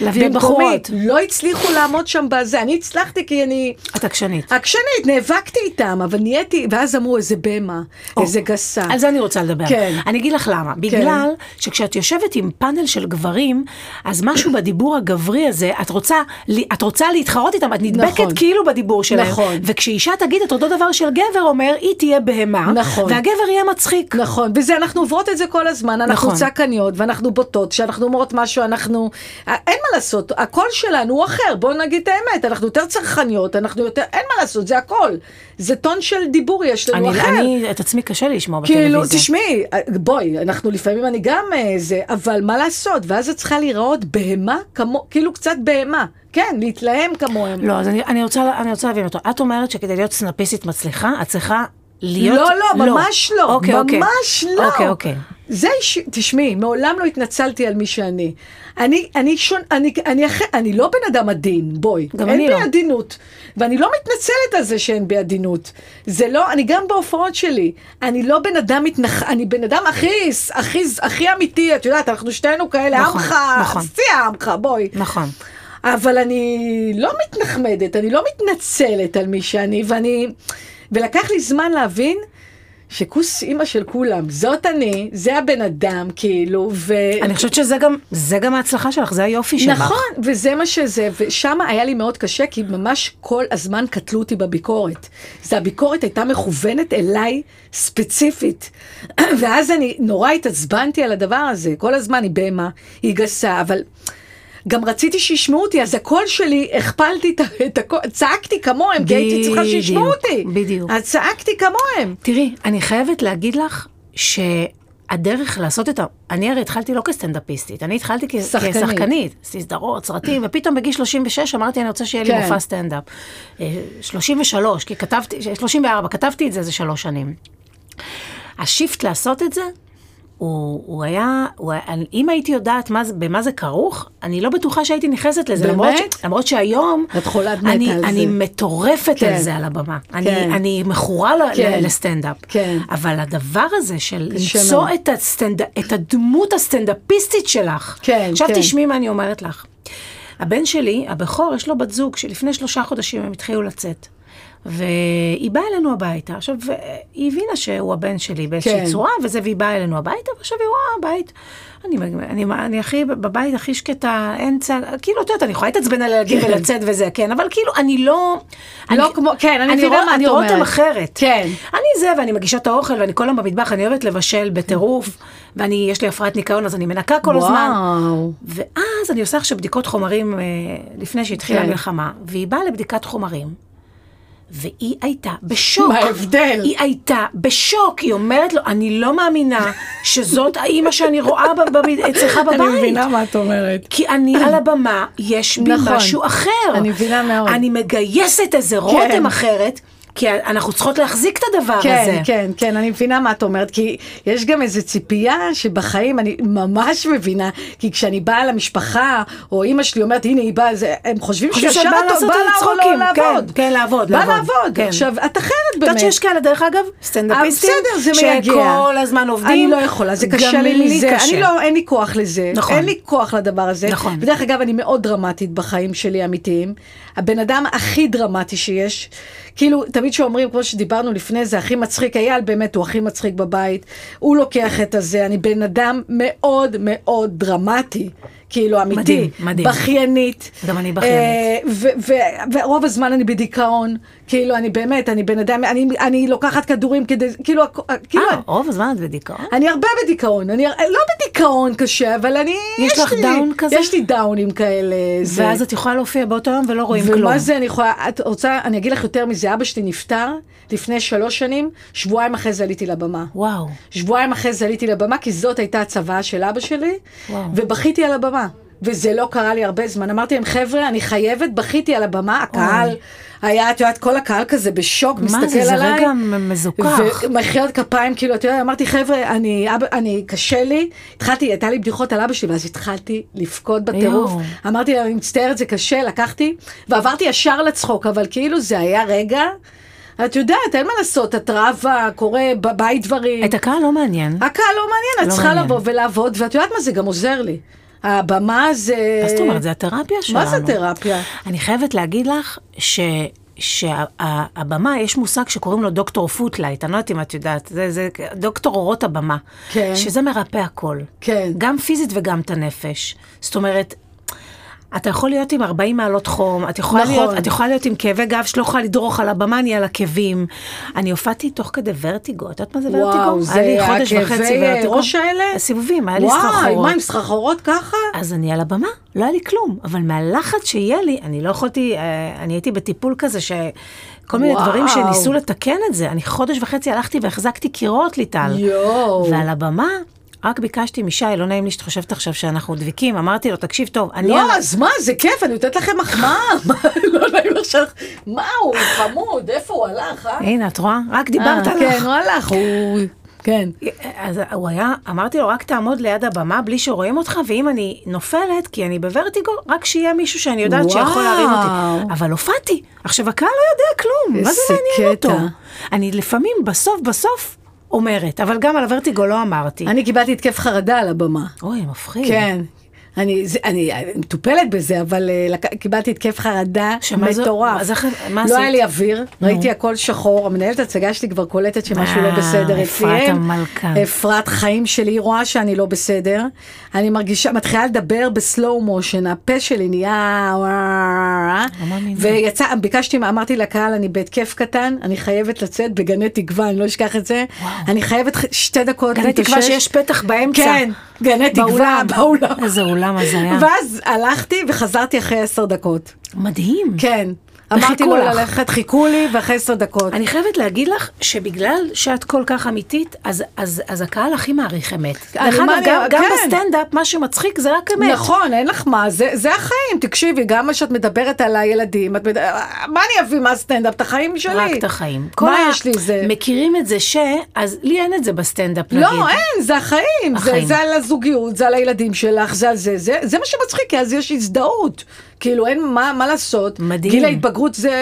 להביא במקומי, בחורות. לא הצליחו לעמוד שם בזה, אני הצלחתי כי אני... את עקשנית. עקשנית, נאבקתי איתם, אבל נהייתי, ואז אמרו איזה בהמה, איזה גסה. על זה אני רוצה לדבר. אה. כן. אני אגיד לך למה. בגלל שכשאת יושבת עם פאנל של גברים, אז משהו בדיבור הגברי הזה, את רוצה, ל- את רוצה להתחרות איתם, את נדבקת נכון. כאילו בדיבור שלהם. נכון. וכשאישה תגיד את אותו דבר של גבר אומר, היא תהיה בהמה, נכון. והגבר יהיה מצחיק. נכון, וזה, אנחנו עוברות את זה כל הזמן, אנחנו נכון. נכון. צעקניות ואנחנו בוטות, כשאנחנו אומרות משהו, אנחנו, אה, אין מה לעשות, הקול שלנו הוא אחר, בואו נגיד את האמת, אנחנו יותר צרכניות, אנחנו יותר, אין מה לעשות, זה הכל. זה טון של דיבור יש לנו אני, נכון. לא אחר. אני, את עצמי קשה לי לשמוע כאילו, בטלוויזיה. תשמעי, אה, בואי, אנחנו לפעמים, אני גם אה, זה, אבל מה לעשות, ואז את צריכה להיראות בהמה, כמו, כאילו קצת בהמה, כן, להתלהם כמוהם. לא, אז אני, אני, רוצה, אני רוצה להבין אותו. את אומרת שכדי להיות סנאפיסטית מצליחה, את צריכה להיות... לא, לא, ממש לא, אוקיי, אוקיי. ממש לא. אוקיי, אוקיי. זה איש... תשמעי, מעולם לא התנצלתי על מי שאני. אני, אני שון... אני, אני, אח... אני לא בן אדם עדין, בואי. גם אין אני בי לא. עדינות. ואני לא מתנצלת על זה שאין בי עדינות. זה לא, אני גם בהופעות שלי. אני לא בן אדם מתנח... אני בן אדם הכי, הכי, הכי אמיתי, את יודעת, אנחנו שתינו כאלה, נכון, עמך, נכון. שיא עמך, בואי. נכון. אבל אני לא מתנחמדת, אני לא מתנצלת על מי שאני, ואני... ולקח לי זמן להבין שכוס אימא של כולם, זאת אני, זה הבן אדם, כאילו, ו... אני חושבת שזה גם, זה גם ההצלחה שלך, זה היופי שלך. נכון, וזה מה שזה, ושם היה לי מאוד קשה, כי ממש כל הזמן קטלו אותי בביקורת. זה הביקורת הייתה מכוונת אליי ספציפית. ואז אני נורא התעצבנתי על הדבר הזה, כל הזמן היא בהמה, היא גסה, אבל... גם רציתי שישמעו אותי, אז הקול שלי, הכפלתי את- את הקול, צעקתי כמוהם, כי הייתי צריכה שישמעו בדיוק, אותי. בדיוק. אז צעקתי כמוהם. תראי, אני חייבת להגיד לך שהדרך לעשות את ה... אני הרי התחלתי לא כסטנדאפיסטית, אני התחלתי כ... שחקנית. כשחקנית, סדרות, סרטים, ופתאום בגיל 36 אמרתי, אני רוצה שיהיה לי כן. מופע סטנדאפ. אה, 33, כי כתבתי, 34, כתבתי את זה איזה שלוש שנים. השיפט לעשות את זה, הוא, הוא היה, הוא, היה- אני- אם הייתי יודעת מה, זה- במה זה כרוך, אני לא בטוחה שהייתי נכנסת לזה. למרות, באמת? ש, למרות שהיום, את חולת מתה אני, על אני זה. מטורפת כן. על זה על הבמה. כן. אני, אני מכורה ל- כן. ל- לסטנדאפ. כן. אבל הדבר הזה של קשה למצוא מאוד. את, הסטנד... את הדמות הסטנדאפיסטית שלך. כן, עכשיו כן. תשמעי מה אני אומרת לך. הבן שלי, הבכור, יש לו בת זוג שלפני שלושה חודשים הם התחילו לצאת. והיא באה אלינו הביתה. עכשיו, היא הבינה שהוא הבן שלי באיזושהי כן. צורה, וזה, והיא באה אלינו הביתה, ועכשיו היא רואה הבית. אני, אני, אני, אני הכי, בבית הכי שקטה, אין צד, כאילו, את יודעת, אני יכולה להתעצבן על הילדים כן. ולצאת וזה, כן, אבל כאילו, אני לא... לא כמו- כן, אני מבינה רואה- מה את אני רואה אומרת. אותם אחרת. כן. אני זה, ואני מגישה את האוכל, ואני כל היום במטבח, אני אוהבת לבשל בטירוף, ואני, יש לי הפרעת ניקיון, אז אני מנקה כל הזמן. וואו. ואז אני עושה עכשיו בדיקות חומרים אה, לפני שהתחילה כן. המלחמה, והיא באה לבדיקת חומרים, והיא הייתה בשוק. מה ההבדל? היא הייתה בשוק, היא אומרת לו, אני לא מאמינה שזאת האימא שאני רואה ב- ב- אצלך בבית. אני מבינה מה את אומרת. כי אני על הבמה, יש בי נכון. משהו אחר. אני מבינה מאוד. אני מגייסת איזה רותם אחרת, כי אנחנו צריכות להחזיק את הדבר כן, הזה. כן, כן, אני מבינה מה את אומרת, כי יש גם איזו ציפייה שבחיים, אני ממש מבינה, כי כשאני באה למשפחה, או אימא שלי אומרת, הנה היא באה, זה- הם חושבים חושבים שישר שאת באה אותו- לעשות באה לנו לעבוד, צחוקים, לא כן, לעבוד. כן, לעבוד, באה לעבוד, לעבוד, כן. עכשיו, את אחרת את יודעת באמת. אה, שיש כאלה, דרך אגב, סטנדאפיסטים, בסדר, זה מייגע. שכל הזמן עובדים. אני לא יכולה, זה גם קשה לי מזה. קשה. אה, אני לא, אין לי כוח לזה. נכון. אין לי כוח לדבר הזה. נכון. ודרך אגב, אני מאוד דרמטית בחיים שלי האמיתיים. הבן אדם הכי דרמטי שיש. כאילו, תמיד שאומרים, כמו שדיברנו לפני זה, הכי מצחיק, אייל באמת הוא הכי מצחיק בבית, הוא לוקח את הזה, אני בן אדם מאוד מאוד דרמטי, כאילו, אמיתי. מדהים, מדהים. בכיינית. גם אני בכיינית. אה, ו- ו- ורוב הזמן אני בדיכאון, כאילו, אני באמת, אני בן אדם, אני, אני לוקחת כדורים כדי, כאילו, הכ- כאילו, אה, רוב הזמן את בדיכאון? אני הרבה בדיכאון, אני הר- לא בדיכאון קשה, אבל אני... יש לך לי- דאון כזה? יש לי דאונים כאלה. זה- ואז את יכולה להופיע באותו יום ולא רואים כלום. ומה זה, אני יכולה, את רוצה, אני אגיד לך יותר מזה, אבא שלי נפטר לפני שלוש שנים, שבועיים אחרי זה עליתי לבמה. וואו. שבועיים אחרי זה עליתי לבמה, כי זאת הייתה הצוואה של אבא שלי, וואו. ובכיתי על הבמה. וזה לא קרה לי הרבה זמן. אמרתי להם, חבר'ה, אני חייבת, בכיתי על הבמה, הקהל היה, את יודעת, כל הקהל כזה בשוק, מה זה, מסתכל זה עליי. רגע מ- מזוכח. ומחיאות כפיים, כאילו, את יודעת, אמרתי, חבר'ה, אני, אבא, אני, קשה לי, התחלתי, הייתה לי בדיחות על אבא שלי, ואז התחלתי לבכות בטירוף. יואו. אמרתי להם, אני מצטערת, זה קשה, לקחתי, ועברתי ישר לצחוק, אבל כאילו זה היה רגע, את יודעת, אין מה לעשות, את רבה, קורה בבית דברים. את הקהל לא מעניין. הקהל לא מעניין, את לא צריכה מעניין. לבוא ולעבוד, ואת יודעת מה, זה גם עוזר לי. הבמה זה... מה זאת אומרת? זה התרפיה שלנו. אה, מה זה תרפיה? אני חייבת להגיד לך ש... שהבמה, יש מושג שקוראים לו דוקטור פוטלייט, אני לא יודעת אם את יודעת, זה, זה דוקטור אורות הבמה. כן. שזה מרפא הכל. כן. גם פיזית וגם את הנפש. זאת אומרת, אתה יכול להיות עם 40 מעלות חום, את יכולה, נכון. להיות, את יכולה להיות עם כאבי גב שלא יכולה לדרוך על הבמה, אני על עקבים. אני הופעתי תוך כדי ורטיגו, את יודעת מה זה וואו, ורטיגו? זה היה לי חודש הכאבי, וחצי אה, ורטיגו. ראש האלה? הסיבובים, היה לי וואי, סחרחורות. מה, עם סחרחורות ככה? אז אני על הבמה, לא היה לי כלום, אבל מהלחץ שיהיה לי, אני לא יכולתי, אה, אני הייתי בטיפול כזה שכל מיני וואו. דברים שניסו לתקן את זה. אני חודש וחצי הלכתי והחזקתי קירות ליטל. יואו. ועל הבמה, רק ביקשתי משי, לא נעים לי שאת חושבת עכשיו שאנחנו דביקים, אמרתי לו, תקשיב טוב, אני... על... לא, אז מה, זה כיף, אני נותנת לכם מחמאה. מה, לא נעים לך שלך. מה, הוא חמוד, איפה הוא הלך, אה? הנה, את רואה? רק דיברת אה, עליו. כן, הוא הלך, הוא... כן. אז הוא היה, אמרתי לו, רק תעמוד ליד הבמה בלי שרואים אותך, ואם אני נופלת, כי אני בוורטיגו, רק שיהיה מישהו שאני יודעת שיכול להרים אותי. וואו. אבל הופעתי. עכשיו, הקהל לא יודע כלום, מה זה איזה מעניין קטע. אותו? אני לפעמים, בסוף בסוף, אומרת, אבל גם על הוורטיגו לא אמרתי. אני קיבלתי התקף חרדה על הבמה. אוי, מפחיד. כן. אני, זה, אני, אני מטופלת בזה, אבל אה, לק- קיבלתי התקף חרדה שמה זו- מטורף. אז איך- מה לא עשית? היה לי אוויר, ראיתי הכל שחור, המנהלת הצגה שלי כבר קולטת שמשהו לא אה, בסדר אפרת המלכה. אפרת חיים שלי, היא רואה שאני לא בסדר. אני מרגישה, מתחילה לדבר בסלואו מושן, הפה שלי נהיה... לא מאמינה. ויצא, ביקשתי, אמרתי לקהל, אני בהתקף קטן, אני חייבת לצאת בגני תקווה, אני לא אשכח את זה. אני חייבת ח- שתי דקות גני להתאושש. תקווה שיש פתח באמצע. כן, גני תקווה, באולם. באולם. איזה אולם הזיה. ואז הלכתי וחזרתי אחרי עשר דקות. מדהים. כן. אמרתי Mm. וחיכו לו לך. ללכת, חיכו לי, ואחרי עשר דקות. אני חייבת להגיד לך שבגלל שאת כל כך אמיתית, אז, אז, אז הקהל הכי מעריך אמת. אני דרך אגב, מעריך- גם, גם כן. בסטנדאפ, מה שמצחיק זה רק אמת. נכון, אין לך מה, זה, זה החיים, תקשיבי, גם מה שאת מדברת על הילדים, את מד... מה אני אביא מהסטנדאפ? את החיים שלי. רק את החיים. מה ה- יש לי זה? מכירים את זה ש... אז לי אין את זה בסטנדאפ, נגיד. לא, אין, זה החיים. זה, החיים. זה על הזוגיות, זה על הילדים שלך, זה על זה, זה, זה מה שמצחיק, כי אז יש הזדהות. כאילו, אין מה, מה לעשות. מדהים. גיל ההתבגרות זה...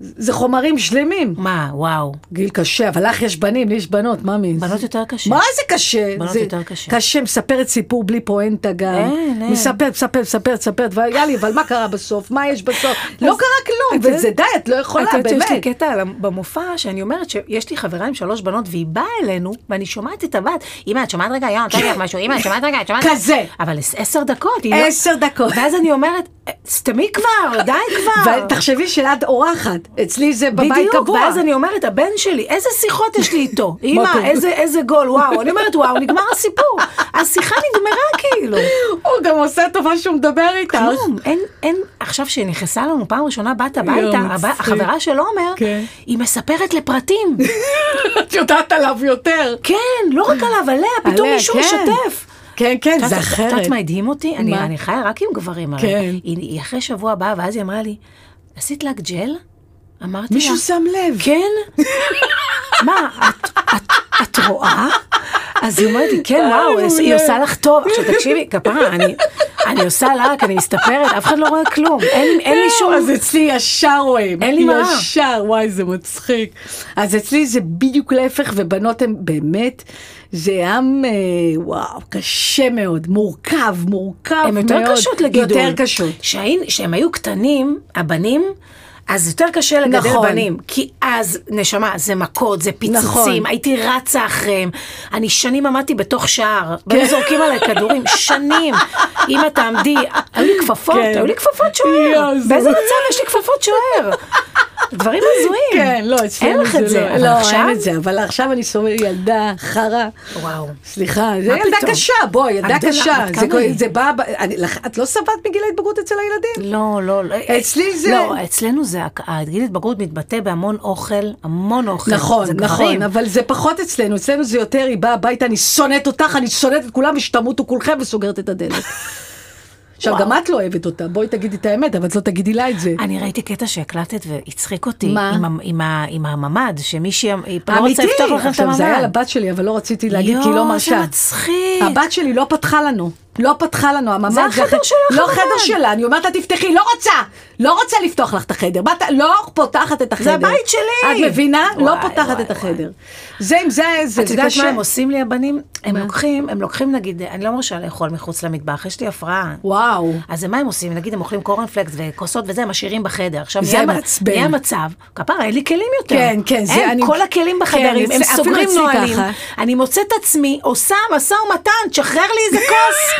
זה חומרים שלמים. מה, וואו. גיל קשה, אבל לך יש בנים, לי יש בנות, ממי. בנות זה- יותר קשה. מה זה קשה? בנות זה יותר קשה. קשה, מספרת סיפור בלי פואנטה גם. אין, אין. מספרת, מספרת, מספרת, מספרת, ויאללה, אבל מה קרה בסוף? מה יש בסוף? לא אז- קרה את כלום, יודעת- וזה די, את לא יכולה, את יודעת שיש לי באמת. קטע על המ- במופע, שאני אומרת שיש לי חברה עם שלוש בנות, והיא באה אלינו, ואני שומעת את הבת, אמא, את שומעת רגע, יואו, אני רוצה להגיד לך משהו, אמא, את שומעת רגע, את שומעת... כזה. אבל עש- עשר דקות, היא לא- עשר דקות. ואז אני אומרת, סתמי כבר, די כבר. ותחשבי שאת אורחת, אצלי זה בבית אה. בדיוק, קבוע. ואז אני אומרת, הבן שלי, איזה שיחות יש לי איתו? קורה? אמא, איזה, איזה גול, וואו. אני אומרת, וואו, נגמר הסיפור. השיחה נגמרה כאילו. הוא גם עושה טובה שהוא מדבר איתך. כלום, אין, אין, עכשיו שנכנסה לנו פעם ראשונה בת יואו, הביתה, הב- מצחיק. החברה של עומר, כן. היא מספרת לפרטים. את יודעת עליו יותר. כן, לא רק עליו, עליה, פתאום עליה, מישהו כן. משתף. כן, כן, את יודעת- זה את יודעת אחרת. מה הדהים אותי? אני- מה? אני חיה רק עם גברים הרי. כן. היא- היא אחרי שבוע באה, ואז היא אמרה לי, עשית לק ג'ל? אמרתי לה, מישהו שם לב. כן? מה, את, את, את רואה? אז היא אומרת לי, כן, וואו, אה, מעולה. היא עושה לך טוב. עכשיו תקשיבי, כפרה, אני, אני עושה לק, אני מסתפרת, אף אחד לא רואה כלום. אין, אין לי שום... לא, אז אצלי ישר רואים. אין לי מראה. ישר, וואי, זה מצחיק. אז אצלי זה בדיוק להפך, ובנות הן באמת, זה עם, אה, וואו, קשה מאוד, מורכב, מורכב מאוד. הן יותר קשות לגידול. יותר קשות. שהיינו- כשהם היו קטנים, הבנים, אז יותר קשה לגדל נכון. בנים, כי אז, נשמה, זה מכות, זה פיצוצים, נכון. הייתי רצה אחריהם. אני שנים עמדתי בתוך שער, כן. והיו זורקים עליי כדורים, שנים. אם את תעמדי, היו לי כפפות, כן. היו לי כפפות שוער. יואו, זה- לא- באיזה מצב יש לי כפפות שוער? דברים הזויים. כן, לא, אצלנו אין לך את זה, לא. אבל לא, עכשיו- אין את זה, אבל עכשיו אני סובלת ילדה חרא. וואו. סליחה, זה מה ילדה פתאום? קשה, בוא, ילדה הגדולה, קשה. בת זה כמה כל- היא? זה בא, ב- אני- לך- את לא סבלת מגיל ההתבגרות אצל הילדים? לא, לא, לא. אצלי זה- לא, אצלנו זה, הגיל התבגרות מתבטא בהמון אוכל, המון אוכל. נכון, זה גברים. נכון, אבל זה פחות אצלנו, אצלנו זה יותר, היא באה הביתה, אני שונאת אותך, אני שונאת את כולם, ושתמותו כולכם, וסוגרת את הדלת. עכשיו, וואו. גם את לא אוהבת אותה, בואי תגידי את האמת, אבל את לא תגידי לה את זה. אני ראיתי קטע שהקלטת והצחיק אותי. מה? עם, ה- עם, ה- עם הממ"ד, שמישהי היא לא רוצה לפתוח לכם את עכשיו, הממ"ד. זה היה לבת שלי, אבל לא רציתי להגיד, כי היא לא מרשה. יואו, זה מצחיק. הבת שלי לא פתחה לנו. לא פתחה לנו, הממ"ד זה החדר החד- שלך, לא הממ"ד. חדר שלה, אני אומרת לה תפתחי, לא רוצה! לא רוצה לפתוח לך את החדר, בת, לא פותחת את החדר. הבית שלי. את מבינה? לא וואי, פותחת וואי, את החדר. זה עם זה, זה, את זה יודעת השם. מה הם עושים לי הבנים? הם לוקחים, הם לוקחים נגיד, אני לא מרשה לאכול מחוץ למטבח, יש לי הפרעה. וואו. אז מה הם עושים? נגיד הם אוכלים קורנפלקס וכוסות וזה, הם משאירים בחדר. עכשיו זה נהיה מ- מעצבן. נהיה מצב, כפרה, אין לי כלים יותר. כן, כן, זה אין, אני- כל הכלים כן, בחדרים, זה- הם אפילו סוגרים אצלי נהלים. ככה. אני מוצאת את עצמי עושה משא ומתן, תשחרר לי איזה כוס.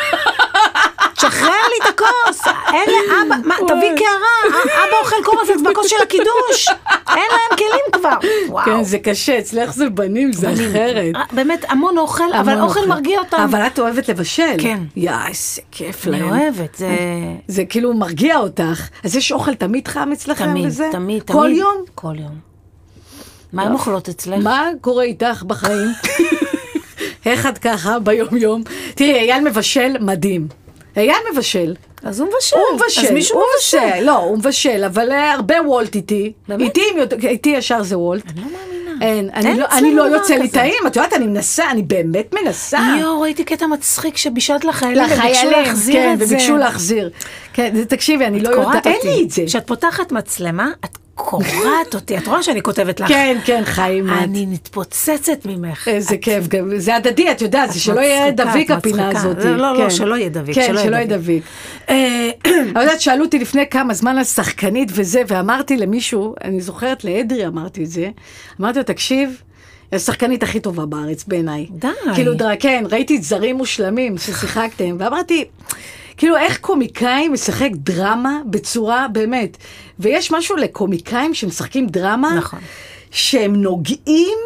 תשחרר לי את הכוס, אין לאבא, מה, תביא קערה, אה, אבא אוכל קורנפלקס בכוס של הקידוש, אין להם כלים כבר. וואו. כן, זה קשה, אצלך זה בנים, זה אני- אחרת. אה, באמת, המון אוכל, אבל המון אוכל מרגיע אותם. אבל את אוהבת לבשל. כן. יא, איזה כיף אני להם. אוהבת, זה... זה כאילו מרגיע אותך. אז יש אוכל תמיד חם אצלכם תמיד, וזה? תמיד, תמיד. כל יום? לא. כל יום. מה הן אוכלות אצלך? מה קורה איתך בחיים? איך את ככה ביום יום? תראי, אייל מבשל מדהים. אייל מבשל. אז הוא מבשל. הוא מבשל, אז מישהו הוא מבשל. לא, הוא מבשל, אבל אה, הרבה וולט איתי. באמת? איתי, הם יודע- איתי ישר זה וולט. אני לא מאמינה. אין, אני אין לא- אצלנו אני לא דבר יוצא לי כזה. טעים, את יודעת, אני מנסה, אני באמת מנסה. יואו, ראיתי קטע מצחיק שבישלת לחיילים, וביקשו לחיילים, להחזיר כן, את זה. וביקשו להחזיר. כן, זה- תקשיבי, אני לא את קורעת יודעת, אין אותי. לי את זה. כשאת פותחת מצלמה, את קורעת אותי. את רואה שאני כותבת לך. כן, אה, כן, חיים. את. אני מתפוצצת ממך. איזה כיף, גם- זה הדדי, את יודעת, זה את שלא יהיה מצחיקה, דביק את הפינה מצחיקה. הזאת. לא, לא, לא, כן. שלא יהיה דביק, כן, שלא יהיה שלא יהיה דביק. אה, אבל יודעת, שאלו אותי לפני כמה זמן על שחקנית וזה, ואמרתי למישהו, אני זוכרת לאדרי אמרתי את זה, אמרתי לו, תקשיב, היא השחקנית הכי טובה בארץ בעיניי. די. כאילו, דר- כן, ראיתי את זרים מושלמים ששיחקתם, ואמרתי, כאילו, איך קומיקאי משחק דרמה בצורה, באמת, ויש משהו לקומיקאים שמשחקים דרמה, נכון. שהם נוגעים.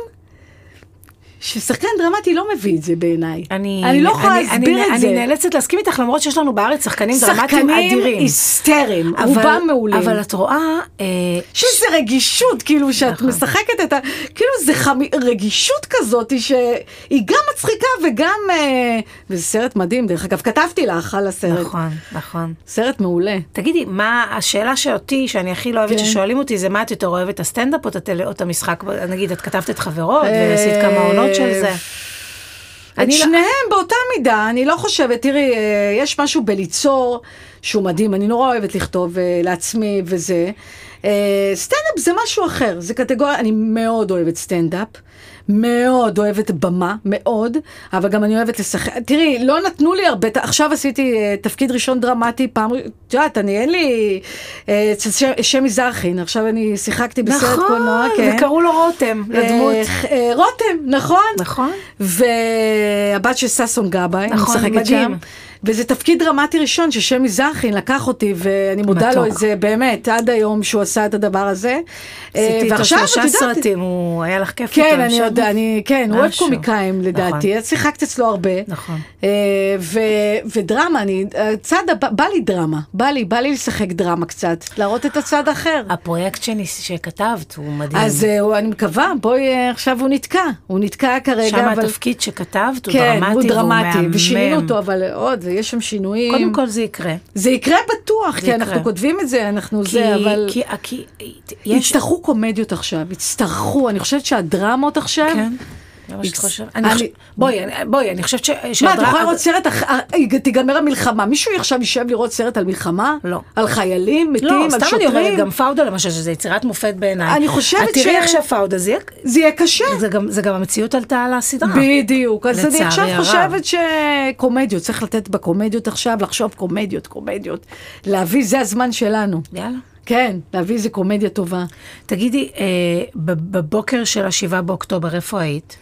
ששחקן דרמטי לא מביא את זה בעיניי. אני אני לא יכולה אני- להסביר אני- את זה. אני נאלצת להסכים איתך, למרות שיש לנו בארץ שחקנים דרמטיים שחקנים אדירים. היסטריים, אבל- רובם מעולים. אבל את רואה... אה, שזה רגישות, כאילו, שאת נכון. משחקת את ה... כאילו, זה חמי... רגישות כזאת, שהיא גם מצחיקה וגם... אה... וזה סרט מדהים, דרך אגב, כתבתי לך על הסרט. נכון. נכון, נכון. סרט מעולה. תגידי, מה השאלה שאותי, שאני הכי לא אוהבת כן. ששואלים אותי, זה מה את יותר אוהבת, הסטנדאפ או את הטל- או את המשחק? נגיד, את כתבת את חברות אה, ועשית כמה עונות של זה. את אני לא- שניהם באותה מידה, אני לא חושבת, תראי, אה, יש משהו בליצור שהוא מדהים, אני נורא אוהבת לכתוב אה, לעצמי וזה. אה, סטנדאפ זה משהו אחר, זה קטגוריה, אני מאוד אוהבת סטנדאפ, מאוד אוהבת במה, מאוד, אבל גם אני אוהבת לשחק, תראי, לא נתנו לי הרבה, ת- עכשיו עשיתי אה, תפקיד ראשון דרמטי, פעם, ר- את יודעת, אני אין לי, אה, אצל ש- שמי זרחין, עכשיו אני שיחקתי בסרט נכון, קולנוע, כן. וקראו לו רותם, לדמות. אה, ח- אה, רותם, נכון? נכון. והבת של ששון גבאי, אני נכון, משחקת מדהים. שם. וזה תפקיד דרמטי ראשון ששמי זרחין לקח אותי, ואני מודה מתוק. לו את זה באמת, עד היום שהוא עשה את הדבר הזה. אה, עשיתי איתו ועכשיו, את שלושה יודעת, סרטים, הוא היה לך כיף איתו. כן, הם אני שם. יודע, אני, כן, הוא אוהב משהו. קומיקאים לדעתי, נכון. את שיחקת אצלו הרבה. נכון. אה, ו- ודרמה, אני, הצד, הבא- בא לי דרמה, בא לי, בא לי לשחק דרמה קצת, להראות את הצד האחר. אה, הפרויקט שני- שכתבת הוא מדהים. אז אה, הוא- אני מקווה, בואי, אה, עכשיו הוא נתקע, הוא נתקע כרגע, שם אה, אבל... התפקיד שכתבת הוא כן, דרמטי הוא והוא דרמטי, מהמם. ושינינו אותו, אבל אה, עוד, ויש שם שינויים. קודם כל זה יקרה. זה יקרה בטוח, כי יקרה. אנחנו כותבים את זה, אנחנו כי- זה, אבל... כי- אה, כי יש... יצטרכו קומדיות עכשיו, יצטרכו, אני חושבת שהדרמות עכשיו... כן. זה מה שאת יצ- חושבת. אני- אני חוש- בואי, אני- בואי, אני חושבת ש... מה, שהדרמה- את יכולה לראות סרט, אח- אה, תיגמר המלחמה, מישהו עכשיו יישב לראות סתם סרט על מלחמה? לא. על חיילים, מתים, לא, על סתם אני שוטרים? אומרת, גם פאודה למשל, שזה יצירת מופת בעיניי. אני חושבת את תראי ש- כן. עכשיו פאודה, זה יהיה... זה יהיה קשה. זה גם, זה גם המציאות עלתה על הסדרה. בדיוק, אז אני אה, לצערי עכשיו הרב. חושבת שקומדיות, צריך לתת בקומדיות עכשיו, לחשוב קומדיות, קומדיות. להביא, זה הזמן שלנו. יאללה. כן, להביא איזה קומדיה טובה. תגידי, אה, בב- בבוקר של השבעה באוקטובר, איפה היית?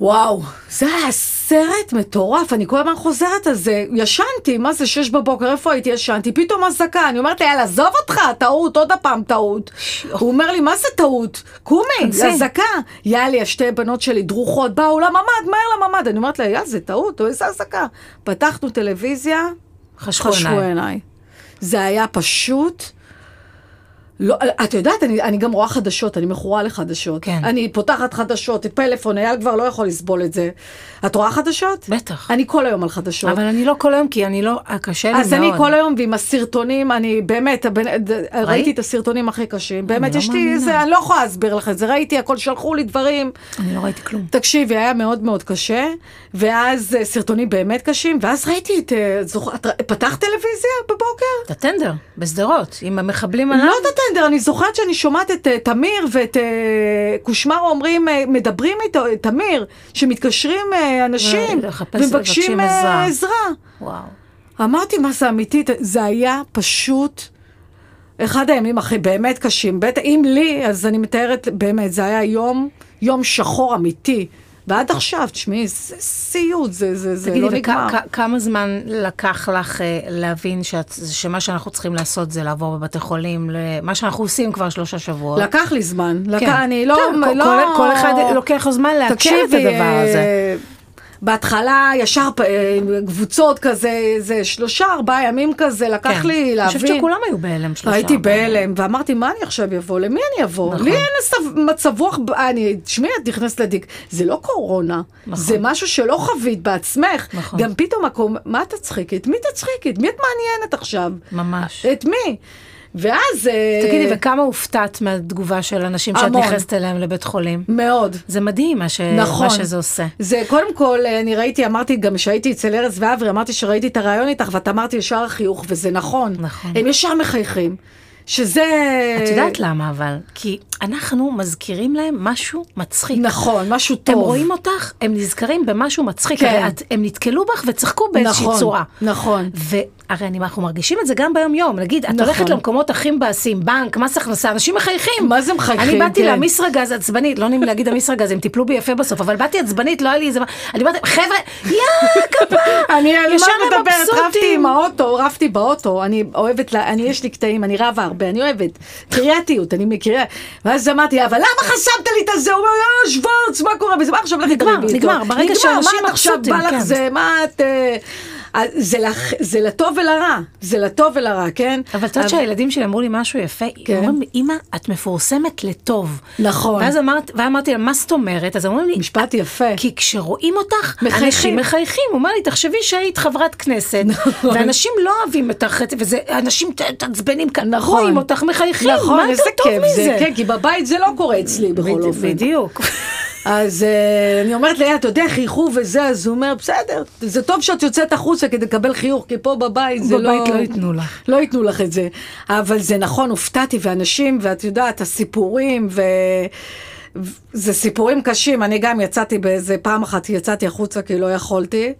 וואו, זה היה סרט מטורף, אני כל הזמן חוזרת על זה. ישנתי, מה זה, שש בבוקר, איפה הייתי? ישנתי, פתאום אזעקה, אני אומרת, יאללה, עזוב אותך, טעות, עוד הפעם טעות. הוא אומר לי, מה זה טעות? קומי, כנסי." אזעקה. יאללה, שתי בנות שלי דרוכות, באו לממ"ד, מהר לממ"ד. אני אומרת לה, יאללה, זה טעות, או איזה אזעקה. פתחנו טלוויזיה, חשכו חשכו עיניים. עיניי. זה היה פשוט... לא, את יודעת, אני, אני גם רואה חדשות, אני מכורה לחדשות. כן. אני פותחת חדשות, פלאפון, אייל כבר לא יכול לסבול את זה. את רואה חדשות? בטח. אני כל היום על חדשות. אבל אני לא כל היום, כי אני לא, אה, קשה לי מאוד. אז אני כל היום, ועם הסרטונים, אני באמת, הבן, ד- ראיתי את הסרטונים הכי קשים. באמת, לא יש לי מאמינה. איזה, אני לא יכולה להסביר לך את זה. ראיתי הכל, שלחו לי דברים. אני לא ראיתי כלום. תקשיבי, היה מאוד מאוד קשה, ואז אה, סרטונים באמת קשים, ואז ראיתי את... אה, זוכ... את ר- פתחת טלוויזיה בבוקר? את הטנדר, בשדרות, עם המחבלים עליו. לא את הטנדר, אני זוכרת שאני שומעת את אה, תמיר ואת אה, קושמרו אומרים, אה, מדברים איתו, אה, תמיר, שמתקשרים אה, אנשים לחפש- ומבקשים מבקשים אה, עזרה. עזרה. וואו. אמרתי, מה זה אמיתי? זה היה פשוט אחד הימים הכי באמת קשים. בטח, אם לי, אז אני מתארת, באמת, זה היה יום, יום שחור אמיתי. ועד עכשיו, תשמעי, זה סיוט, זה, זה, זה תגידי, לא נגמר. וכמה זמן לקח לך אה, להבין שאת- שמה שאנחנו צריכים לעשות זה לעבור בבתי חולים, מה שאנחנו עושים כבר שלושה שבועות? לקח לי זמן, לקח, כן. אני לא... טוב, כל- לא... כל- כל אחד לוקח לו זמן לעכל את תקשיבי, הדבר הזה. אה, בהתחלה ישר פ- אה, קבוצות כזה, זה שלושה, ארבעה ימים כזה, לקח כן. לי אני להבין. חושבת שכולם היו בהלם שלושה. הייתי אבל- בהלם, ואמרתי, מה אני עכשיו אבוא? למי אני אבוא? נכון. לי אין סב- מצב רוח, ב- אני, תשמעי, את נכנסת לדיק. זה לא קורונה, נכון. זה משהו שלא חווית בעצמך. נכון. גם פתאום מקום, מה תצחיקי? את מי תצחיקי? את מי את מעניינת עכשיו? ממש. את מי? ואז... אה, תגידי, וכמה הופתעת מהתגובה של אנשים שאת המון. נכנסת אליהם לבית חולים? מאוד. זה מדהים מה ש- נכון. מה שזה עושה. זה קודם כל, אה, אני ראיתי, אמרתי גם שהייתי אצל ארז ואברי, אמרתי שראיתי את הריאיון איתך, ואת אמרת ישר החיוך, וזה נכון. נכון. הם ישר מחייכים. שזה... אה, את יודעת למה אבל? כי אנחנו מזכירים להם משהו מצחיק. נכון, משהו טוב. הם רואים אותך, הם נזכרים במשהו מצחיק, כן. הרי את, הם נתקלו בך וצחקו באיזושהי נכון, צורה. נכון. והרי אני, אנחנו מרגישים את זה גם ביום יום, נגיד, את נכון. הולכת למקומות הכי מבאסים, בנק, מס הכנסה, אנשים מחייכים. מה זה מחייכים? אני באתי כן. להעמיס רגז עצבנית, לא נעים להגיד להעמיס רגז, הם טיפלו בי יפה בסוף, אבל באתי עצבנית, לא היה לי איזה... מה- אני אומרת, חבר'ה, יאה, כפיים. אני על ישר מה הם מדברת, רבתי מבסוטים. עם האוטו, רבתי באוטו, אני אוהבת, לה- אני יש לי קטעים, אני רבה הרבה, אני אוהבת. קריאתיות, אני מכירה. ואז אמרתי, אבל למה חסמת לי את זה? הוא אומר, יואו, שוורץ, מה קורה? וזה, מה עכשיו לך נגמר, תריבי איתו?" נגמר, ברגע נגמר, שאנשים מה את עכשיו מבסוטים, בא לך כן. זה, מה את... אה, אז זה לך- זה לטוב ולרע, זה לטוב ולרע, כן? אבל את יודעת שהילדים שלי אמרו לי משהו יפה, כן. כן. אומרים לי, אמא, את מפורסמת לטוב. נכון. ואז אמרת, ואמרתי להם, מה זאת אומרת? אז אומרים לי, משפט יפה. כי כשרואים אותך, מחייכים. אנשים מחייכים. הוא אמר לי, תחשבי שהיית חברת כנסת, נכון. ואנשים לא אוהבים את החצי, וזה, אנשים ת- מתעצבנים כאן, נכון. רואים אותך מחייכים, נכון, כן, מה איזה יותר טוב כיף מזה? זה, כן, כי בבית זה לא קורה אצלי בכל בדי- אופן. בדיוק. אז אה, אני אומרת לאייל, אתה יודע, חייכו וזה, אז הוא אומר, בסדר, זה טוב שאת יוצאת החוצה כדי לקבל חיוך, כי פה בבית זה לא... בבית לא ייתנו לך. לא ייתנו לך את זה. אבל זה נכון, הופתעתי, ואנשים, ואת יודעת, הסיפורים, ו... ו- זה סיפורים קשים, אני גם יצאתי באיזה פעם אחת, יצאתי החוצה כי לא יכולתי.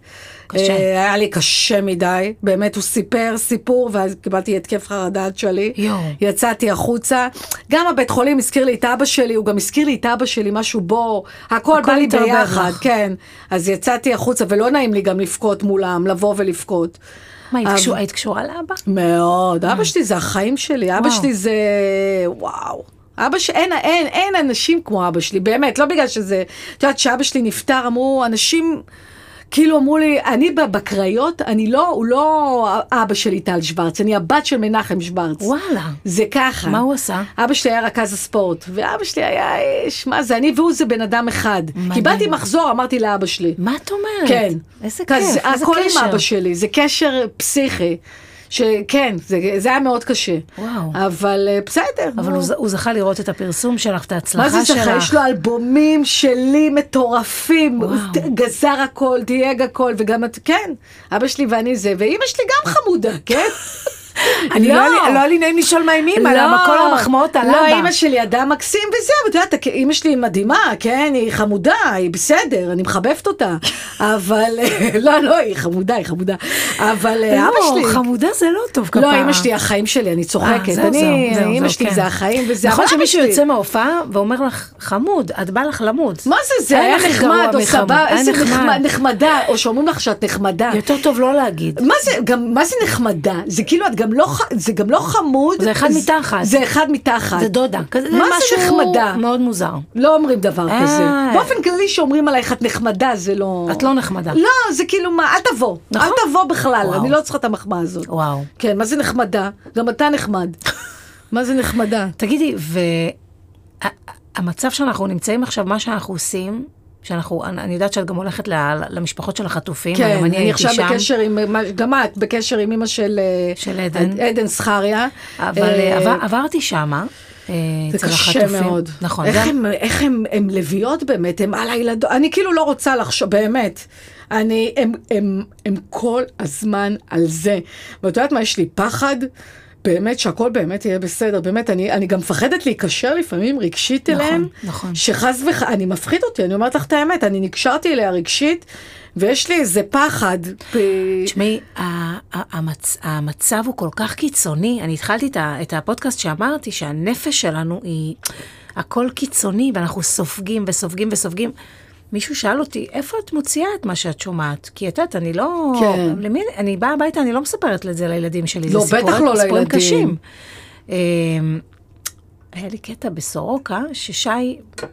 קשה. אה, היה לי קשה מדי, באמת, הוא סיפר סיפור, ואז קיבלתי התקף חרדה עד שלי. יואו. יצאתי החוצה. גם הבית חולים הזכיר לי את אבא שלי, הוא גם הזכיר לי את אבא שלי, משהו בו, הכל הכל בא לי התערבב ביחד, לך. כן. אז יצאתי החוצה, ולא נעים לי גם לבכות מולם, לבוא ולבכות. מה, היית אבל- קשורה- היית קשורה לאבא? מאוד. אבא שלי זה החיים שלי, אבא כן. וואו. שלי זה... וואו. אבא שלי, אין, אין, אין אנשים כמו אבא שלי, באמת, לא בגלל שזה... את יודעת, כשאבא שלי נפטר, אמרו, אנשים... כאילו אמרו לי, אני ב- בקריות, אני לא, הוא לא אבא שלי טל שוורץ, אני הבת של מנחם שוורץ. וואלה. זה ככה. מה הוא עשה? אבא שלי היה רכז הספורט, ואבא שלי היה איש, מה זה, אני והוא זה בן אדם אחד. מדהים. קיבלתי מחזור, אמרתי לאבא שלי. מה את אומרת? כן. איזה כיף, כזה- איזה קשר. הכל עם אבא שלי, זה קשר פסיכי. שכן, זה, זה היה מאוד קשה. וואו. אבל אה, בסדר. אבל נו. הוא ז- הוא זכה לראות את הפרסום שלך, את מה ההצלחה זה שלך. זכה? יש לו אלבומים שלי מטורפים. וואו. הוא ת- גזר הכל, דייג הכל, וגם את, כן, אבא שלי ואני זה, ואימא שלי גם חמודה, כן? אני לא. לא היה לי- לא היה לי נעים לשאול מה עם אימא, למה כל המחמאות על לא, אבא. אימא שלי אדם מקסים וזהו, את יודעת, הכ- אימא שלי היא מדהימה, כן, היא חמודה, היא בסדר, אני מחבבת אותה, אבל, אה, לא, לא, היא חמודה, היא חמודה, אבל אה, אבא לא, שלי... חמודה זה לא טוב כפרה. אה, לא, אימא שלי החיים שלי, אני צוחקת. זהו, אני, זהו, זהו, אימא זהו, שלי כן. זה החיים וזה, נכון אבל אבא שמישהו שלי- יוצא מההופעה ואומר לך, חמוד, את באה לך למות. מה זה, זה היה אין לך נחמד, גרוע או מחמוד, סבבה, היה איזה נחמד. נחמד- נחמדה, או שאומרים לך שאת נחמדה. יותר טוב לא להגיד. מה זה, גם, מה זה נחמדה? זה כאילו, את גם לא, ח- זה גם לא חמוד. זה אחד זה- מתחת. זה אחד מתחת. זה דודה. כזה, מה זה משהו נחמדה? מאוד מוזר. לא אומרים דבר אה. כזה. באופן כללי, שאומרים עלייך את נחמדה, זה לא... את לא נחמדה. לא, זה כאילו מה, אל תבוא. נכון. אל תבוא בכלל, וואו. אוקיי. אני לא צריכה את המחמאה הזאת. וואו. כן, מה זה נחמדה? גם אתה נחמד. מה זה נחמדה? תגידי, והמצב שאנחנו נמצאים עכשיו, מה שאנחנו עושים, שאנחנו, אני אני יודעת שאת גם הולכת ל- למשפחות של החטופים, כן, היום אני אני הייתי עכשיו שם. בקשר עם, מה- גם את בקשר עם אימא של... אה, של עדן. עדן זכריה. אבל אה, אה, עבר- עברתי שמה, אה, זה אצל קשה החטופים. מאוד. נכון. איך זה- הם, איך הם, הם לביאות באמת, הם על הילדות, אני כאילו לא רוצה לחשוב, באמת. אני, הם, הם, הם כל הזמן על זה. ואת יודעת מה, יש לי פחד. באמת שהכל באמת יהיה בסדר, באמת, אני, אני גם מפחדת להיקשר לפעמים רגשית נכון, אליהם, נכון. שחס וח... אני מפחיד אותי, אני אומרת לך את האמת, אני נקשרתי אליה רגשית, ויש לי איזה פחד. ב... תשמעי, ה- ה- המצ- המצב הוא כל כך קיצוני. אני התחלתי את ה- את הפודקאסט שאמרתי שהנפש שלנו היא, הכל קיצוני, ואנחנו סופגים וסופגים וסופגים. מישהו שאל אותי, איפה את מוציאה את מה שאת שומעת? כי את יודעת, אני לא... כן. למי, אני באה הביתה, אני לא מספרת את זה לילדים שלי. לא, זה סיפורי- בטח לא סיפורים לילדים. קשים. אמ, היה לי קטע בסורוקה, ששי,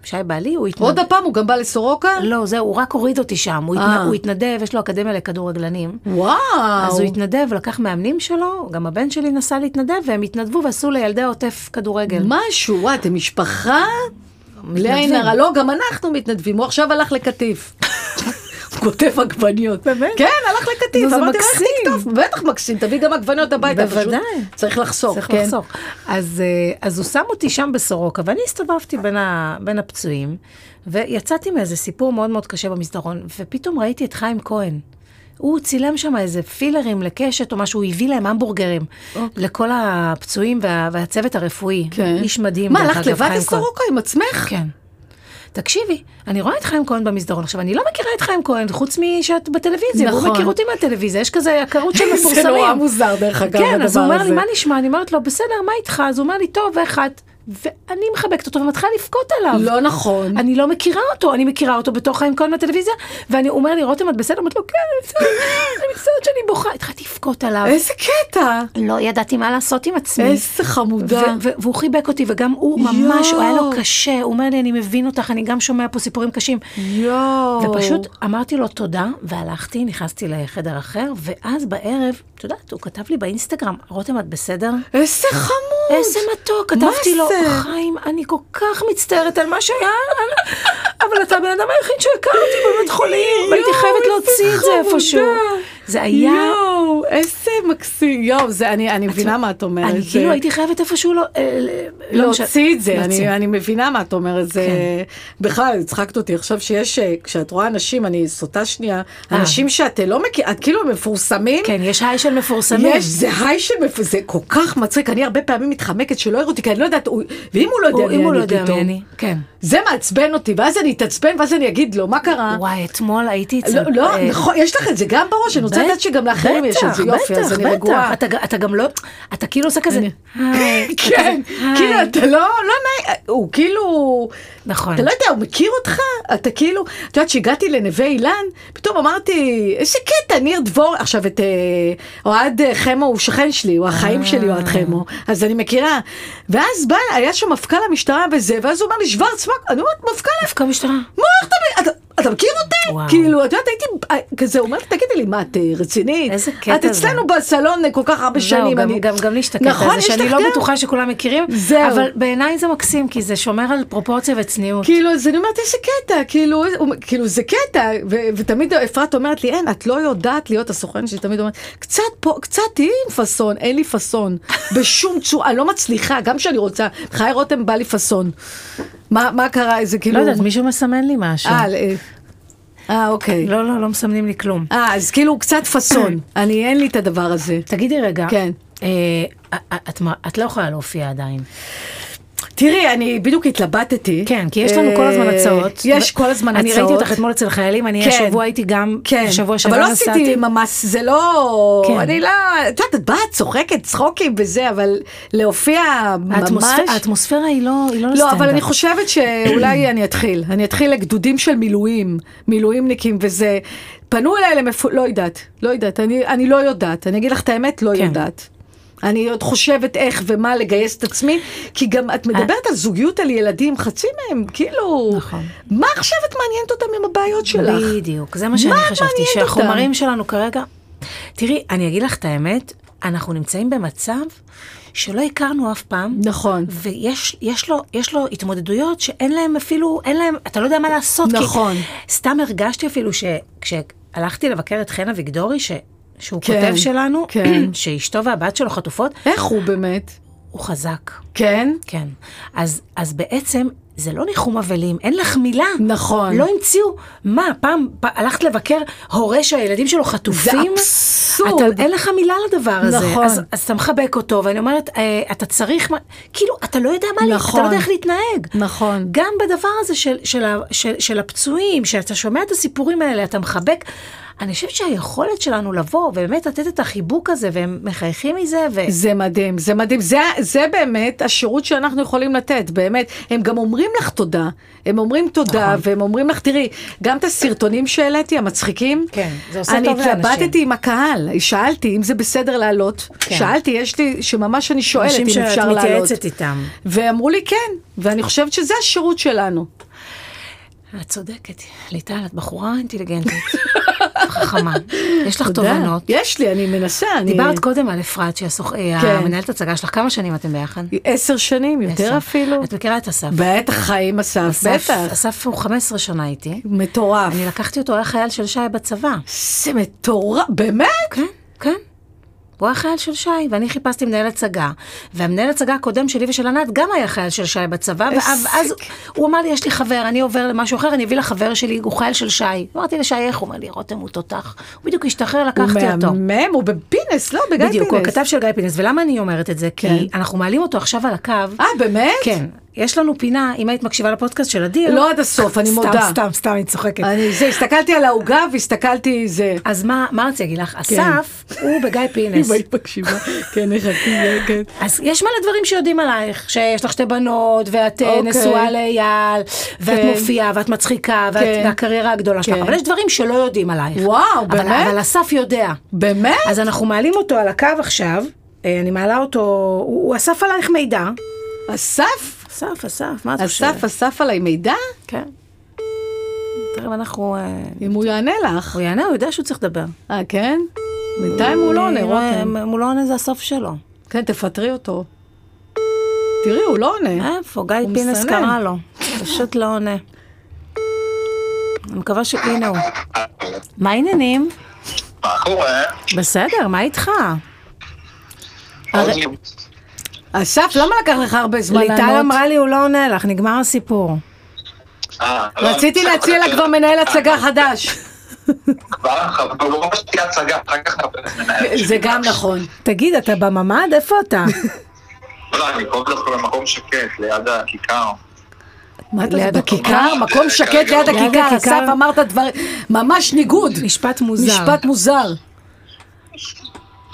שי בעלי, הוא התנדב... עוד הפעם, הוא גם בא לסורוקה? לא, זהו, הוא רק הוריד אותי שם. הוא, אה. התנ... הוא התנדב, יש לו אקדמיה לכדורגלנים. וואו. אז הוא התנדב, לקח מאמנים שלו, גם הבן שלי נסע להתנדב, והם התנדבו ועשו לילדי העוטף כדורגל. משהו, וואי, אתם משפחה? בלי עין הרע. לא, גם אנחנו מתנדבים. הוא עכשיו הלך לקטיף. הוא כותב עגבניות. באמת? כן, הלך לקטיף. נו, זה אמרתי לו, איך מקסים." תקטוף? בטח מקסים, תביא גם עגבניות הביתה. פשוט בוודאי. צריך לחסוך, צריך כן. לחסוך. אז, אה, אז הוא שם אותי שם בסורוקה, ואני הסתובבתי בין, ה, בין הפצועים, ויצאתי מאיזה סיפור מאוד מאוד קשה במסדרון, ופתאום ראיתי את חיים כהן. הוא צילם שם איזה פילרים לקשת או משהו, הוא הביא להם המבורגרים לכל הפצועים וה, והצוות הרפואי. אוקיי. כן. איש מדהים, מה, דרך הלכת אגב, לבד חיים כהן. לסורוקה עם עצמך? כן. תקשיבי, אני רואה את חיים כהן במסדרון. עכשיו, אני לא מכירה את חיים כהן, חוץ משאת בטלוויזיה, נכון. והוא מכיר אותי מהטלוויזיה, יש כזה הכרות של מפורסמים. זה נורא מוזר, דרך אגב, כן, אז הוא הדבר אומר לי, הזה. מה נשמע? אני אומרת לו, בסדר, מה איתך? אז הוא אומר לי, טוב, איך את? ואני מחבקת אותו ומתחילה לבכות עליו. לא נכון. אני לא מכירה אותו, אני מכירה אותו בתור חיים כהן מהטלוויזיה, ואני הוא אומר לי, רותם, את בסדר? אמרתי לו, כן, אני בסדר, אני מצטערת שאני בוכה. התחלתי לבכות עליו. איזה קטע. לא ידעתי מה לעשות עם עצמי. איזה חמודה. ו- ו- והוא חיבק אותי, וגם הוא ממש, הוא היה לו יואו. קשה, הוא אומר לי, אני מבין אותך, אני גם שומע פה סיפורים קשים. יואו. ופשוט אמרתי לו תודה, והלכתי, נכנסתי לחדר אחר, ואז בערב, את יודעת, הוא כתב לי באינסטגרם, רותם, את בסדר? איזה חמוד. איזה מתוק, כתבתי לו, זה? חיים, אני כל כך מצטערת על מה שהיה, אבל אתה הבן אדם היחיד שהכרתי בבית חולים, והייתי חייבת איזה להוציא את זה חמודה. איפשהו. זה היה, יואו, איזה מקסים. יואו, זה, אני, אני מבינה מה את אומרת. לא- אני זה- כאילו הייתי חייבת איפשהו לא... אה, לא להוציא את זה, להוציא. כן. אני, אני מבינה מה את אומרת, זה בכלל, הצחקת אותי עכשיו שיש, אה, כשאת רואה אנשים, אני סוטה שנייה, אה. אנשים שאת אה, לא מכירה, את כאילו הם מפורסמים, כן, יש היי של מפורסמים. יש, זה היי שמפ... זה כל כך מצחיק, אני הרבה פעמים מתחמקת שלא יראו אותי, כי אני לא יודעת, הוא- ואם הוא לא יודע או מי אם הוא לא אני יודע מי פתאום, אני, כן. זה מעצבן אותי, ואז אני אתעצבן, ואז אני אגיד לו, מה קרה? וואי, אתמול הייתי אצל... לא, לא, אה, נכון, יש לך את זה גם בראש, אני רוצה בטח, לדעת שגם לאחרים יש את זה, יופי, אז אני בטח, רגועה. בטח, אתה ג- אתה גם לא... אתה כאילו עושה כזה... היי, אה, אתה כן, כזה, היי. כאילו אתה לא, לא נעים, הוא כאילו, נכון. אתה לא יודע, הוא מכיר אותך, אתה כאילו, את יודעת שהגעתי לנווה אילן, פתאום אמרתי, איזה קטע, ניר דבור, עכשיו את אה, אוהד אה, חמו הוא שכן שלי, הוא החיים שלי אוהד אה. חמו, אז אני מכירה, ואז בא, היה שם מפכ"ל המשטרה וזה, ואז הוא אומר לי, שוורץ, מה, אני אומרת, מפכ"ל, דווקא משטרה. מה, איך אתה, אתה, אתה מכיר אותי? וואו. כאילו, את יודעת, הייתי אה, כזה, הוא אומר, לי, תגידי לי, מה, את אה, רצינית? איזה קטע את זה. אצלנו בסלון אה, כל כך הרבה זהו, שנים, גם- אני- גם גם לי השתקעת נכון, על זה, יש שאני לך לא גם. בטוחה שכולם מכירים, זהו. אבל בעיניי זה מקסים, כי זה שומר על פרופורציה וצניעות. כאילו, אז אני אומרת, איזה קטע, כאילו, הוא- כאילו זה קטע, ו- ותמיד אפרת אומרת לי, אין, את לא יודעת להיות הסוכן שלי, תמיד אומרת, קצת פה, קצת תהיי עם פאסון, אין לי פאסון, בשום צורה, אני לא מצליחה, גם כשאני רוצה, חיי רותם בא לי פאסון. מה, מה קרה, איזה כאילו... לא יודעת, מישהו מסמן לי משהו. אה, אה, אה, אוקיי. לא, לא, לא מסמנים לי כלום. אה, אז כאילו, קצת פאסון, אני, אין לי את הדבר הזה. תגידי רגע, כן. אה, את, מ- את לא יכולה להופיע עדיין. תראי, אני בדיוק התלבטתי. כן, כי יש לנו כל הזמן אה, הצעות. יש כל הזמן הצעות. אני ראיתי אותך אתמול אצל חיילים, אני כן. השבוע הייתי גם, כן, בשבוע שעבר אבל לא נסעתי. עשיתי ממש, זה לא, כן. אני לא, את יודעת, את באה, את צוחקת, צחוקים וזה, אבל להופיע ממש, האטמוספ- האטמוספירה היא לא היא לא לא, אבל אני לסטנדרט. חושבת שאולי אני אתחיל, אני אתחיל לגדודים של מילואים, מילואימניקים וזה, פנו אליי למפו... לא יודעת, לא יודעת, אני, אני לא יודעת, אני אגיד לך את האמת, לא כן. יודעת. אני עוד חושבת איך ומה לגייס את עצמי, כי גם את מדברת על זוגיות על ילדים, חצי מהם, כאילו, אה. נכון. מה עכשיו את מעניינת אותם עם הבעיות שלך? בדיוק, זה מה שאני חשבתי, מעניין שהחומרים שלנו כרגע... תראי, אני אגיד לך את האמת, אנחנו נמצאים במצב שלא הכרנו אף פעם. נכון. ויש יש לו, יש לו התמודדויות שאין להם אפילו, אין להם, אתה לא יודע מה לעשות. נכון. כי סתם הרגשתי אפילו שכשהלכתי לבקר את חן אביגדורי, ש, שהוא כן, כותב שלנו, כן. שאשתו והבת שלו חטופות, איך הוא באמת? הוא חזק. כן? כן. אז, אז בעצם זה לא ניחום אבלים, אין לך מילה. נכון. לא המציאו, מה, פעם פ... הלכת לבקר הורה שהילדים שלו חטופים? אבסורד. אתה, אין לך מילה לדבר הזה. נכון. אז, אז אתה מחבק אותו, ואני אומרת, אה, אתה צריך, מה... כאילו, אתה לא יודע מה, נכון. אתה נכון. לא יודע איך להתנהג. נכון. גם בדבר הזה של, של, ה- של, של הפצועים, שאתה שומע את הסיפורים האלה, אתה מחבק. אני חושבת שהיכולת שלנו לבוא, ובאמת לתת את החיבוק הזה, והם מחייכים מזה, ו... זה מדהים, זה מדהים, זה, זה באמת השירות שאנחנו יכולים לתת, באמת. הם גם אומרים לך תודה, הם אומרים תודה, נכון. נכון. והם אומרים לך, תראי, גם את הסרטונים שהעליתי, המצחיקים, כן, זה עושה טוב לאנשים. אני התלבטתי עם הקהל, שאלתי אם זה בסדר לעלות, כן. כן. שאלתי, יש לי, שממש אני שואלת אם אנשים שאת אפשר לעלות. מתייעצת איתם. ואמרו לי כן, ואני חושבת שזה השירות שלנו. את צודקת, ליטל, את בחורה אינטליגנטית, חכמה, יש לך תובנות. תודה. יש לי, אני מנסה, אני... דיברת קודם על אפרת, שהיא הסוכ- כן. המנהלת הצגה שלך, כמה שנים אתם ביחד? עשר שנים, יותר עשר. אפילו. את מכירה את אסף. בטח חיים אסף, אסף- בטח. אסף הוא 15 שנה איתי. מטורף. אני לקחתי אותו, היה חייל של שי בצבא. זה מטורף, באמת? כן, כן. הוא היה חייל של שי, ואני חיפשתי מנהל הצגה. והמנהל הצגה הקודם שלי ושל ענת גם היה חייל של שי בצבא, ואז אז הוא אמר לי, יש לי חבר, אני עובר למשהו אחר, אני אביא לחבר שלי, הוא חייל של שי. אמרתי לשי, איך? הוא אומר לי, רותם הוא תותח. הוא בדיוק השתחרר, לקחתי אותו. הוא מהמם, הוא בפינס, לא, בגיא פינס. בדיוק, הוא הכתב של גיא פינס. ולמה אני אומרת את זה? כי אנחנו מעלים אותו עכשיו על הקו. כן. אה, באמת? כן. יש לנו פינה, אם היית מקשיבה לפודקאסט של אדיר. לא עד הסוף, אני סתם, מודה. סתם, סתם, אני צוחקת. אני זה, הסתכלתי על העוגה והסתכלתי זה. כן. אז מה מה רציתי להגיד לך? כן. אסף הוא בגיא פינס. מקשיבה, כן, איך את כן. אז יש מלא דברים שיודעים עלייך, שיש לך שתי בנות, ואת אוקיי. okay. נשואה לאייל, ואת כן. okay. מופיעה, ואת מצחיקה, ואת, כן. והקריירה הגדולה שלך, כן. אבל יש דברים שלא יודעים עלייך. וואו, אבל, באמת? אבל אסף יודע. באמת? אז אנחנו מעלים אותו על הקו עכשיו, אה, אני מעלה אותו, הוא, הוא אסף עלייך מידע. אסף? אסף, אסף, מה את חושבת? אסף אסף עליי מידע? כן. תראה, אם אנחנו... אה, אם הוא יענה לך. הוא יענה, הוא יודע שהוא צריך לדבר. אה, כן? בינתיים הוא לא עונה, אה, רותם. אם הוא לא עונה זה הסוף שלו. כן, תפטרי אותו. תראי, הוא לא עונה. איפה? גיא הוא פינס מסנן. קרא לו. פשוט לא עונה. אני מקווה ש... הנה הוא. מה העניינים? מה קורה? בסדר, מה איתך? אה, הרי... אסף, למה לקח לך הרבה זמן ליטל לענות? אמרה לי, הוא לא עונה לך, נגמר הסיפור. אה, לא, רציתי להציע לה כבר מנהל הצגה חדש. כבר, אבל הוא ממש תהיה הצגה, אחר כך נפלס מנהל. זה גם נכון. תגיד, אתה בממ"ד? איפה אתה? לא, אני קורא לך במקום שקט, ליד הכיכר. מה אתה ליד בכיכר? הכיכר? מקום שקט ליד ליד הכיכר, הכיכר. אסף אמרת דברים, ממש ניגוד. משפט מוזר. משפט מוזר.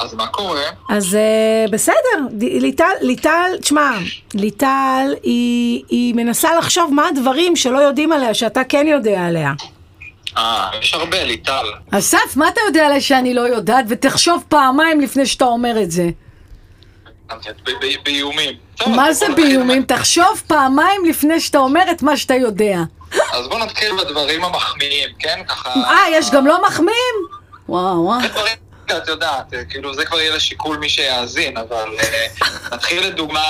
אז מה קורה? אז אה, בסדר, ד- ליטל, ליטל, תשמע, ליטל היא היא מנסה לחשוב מה הדברים שלא יודעים עליה, שאתה כן יודע עליה. אה, יש הרבה, ליטל. אסף, מה אתה יודע עליי שאני לא יודעת? ותחשוב פעמיים לפני שאתה אומר את זה. ב- ב- באיומים. טוב, מה בוא זה נתחיל- באיומים? תחשוב פעמיים לפני שאתה אומר את מה שאתה יודע. אז בוא נתחיל בדברים המחמיאים, כן? ככה... אה, יש גם לא מחמיאים? וואו, וואו. זה דברים, את יודעת, כאילו זה כבר יהיה לשיקול מי שיאזין, אבל אה, נתחיל לדוגמה,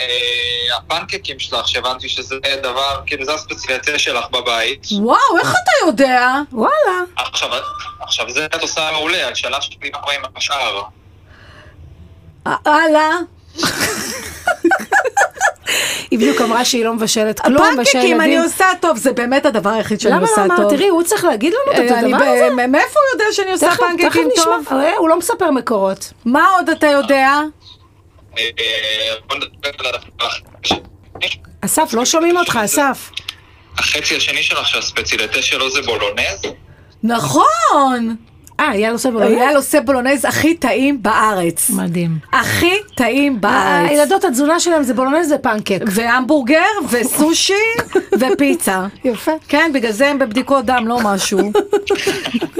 אה, הפנקקים שלך, שהבנתי שזה דבר, כאילו זה הספציפציה שלך בבית. וואו, איך אתה יודע? וואלה. עכשיו, עכשיו זה את עושה מעולה, השאלה שלי מה קורה עם השאר. אה, הלאה. היא בדיוק אמרה שהיא לא מבשלת כלום, הפנקקים אני עושה טוב, זה באמת הדבר היחיד שאני למה עושה לא טוב. אמרת? תראי, הוא צריך להגיד לנו את אה, אני הדבר ב- הזה. מ- מאיפה הוא יודע שאני עושה תכף, תכף פנקקים נשמע, טוב? אה, הוא לא מספר מקורות. מה עוד אתה יודע? אה, בוא נדבר על הדבר. אסף, לא שומעים אותך, אסף. החצי השני שלך שהספצילטה שלו זה בולונז? נכון! אה, אייל עושה בלבן? אייל עושה בולונז הכי טעים בארץ. מדהים. הכי טעים אה, בארץ. הילדות התזונה שלהם זה בולונז ופנקק. והמבורגר, וסושי, ופיצה. יפה. כן, בגלל זה הם בבדיקות דם, לא משהו.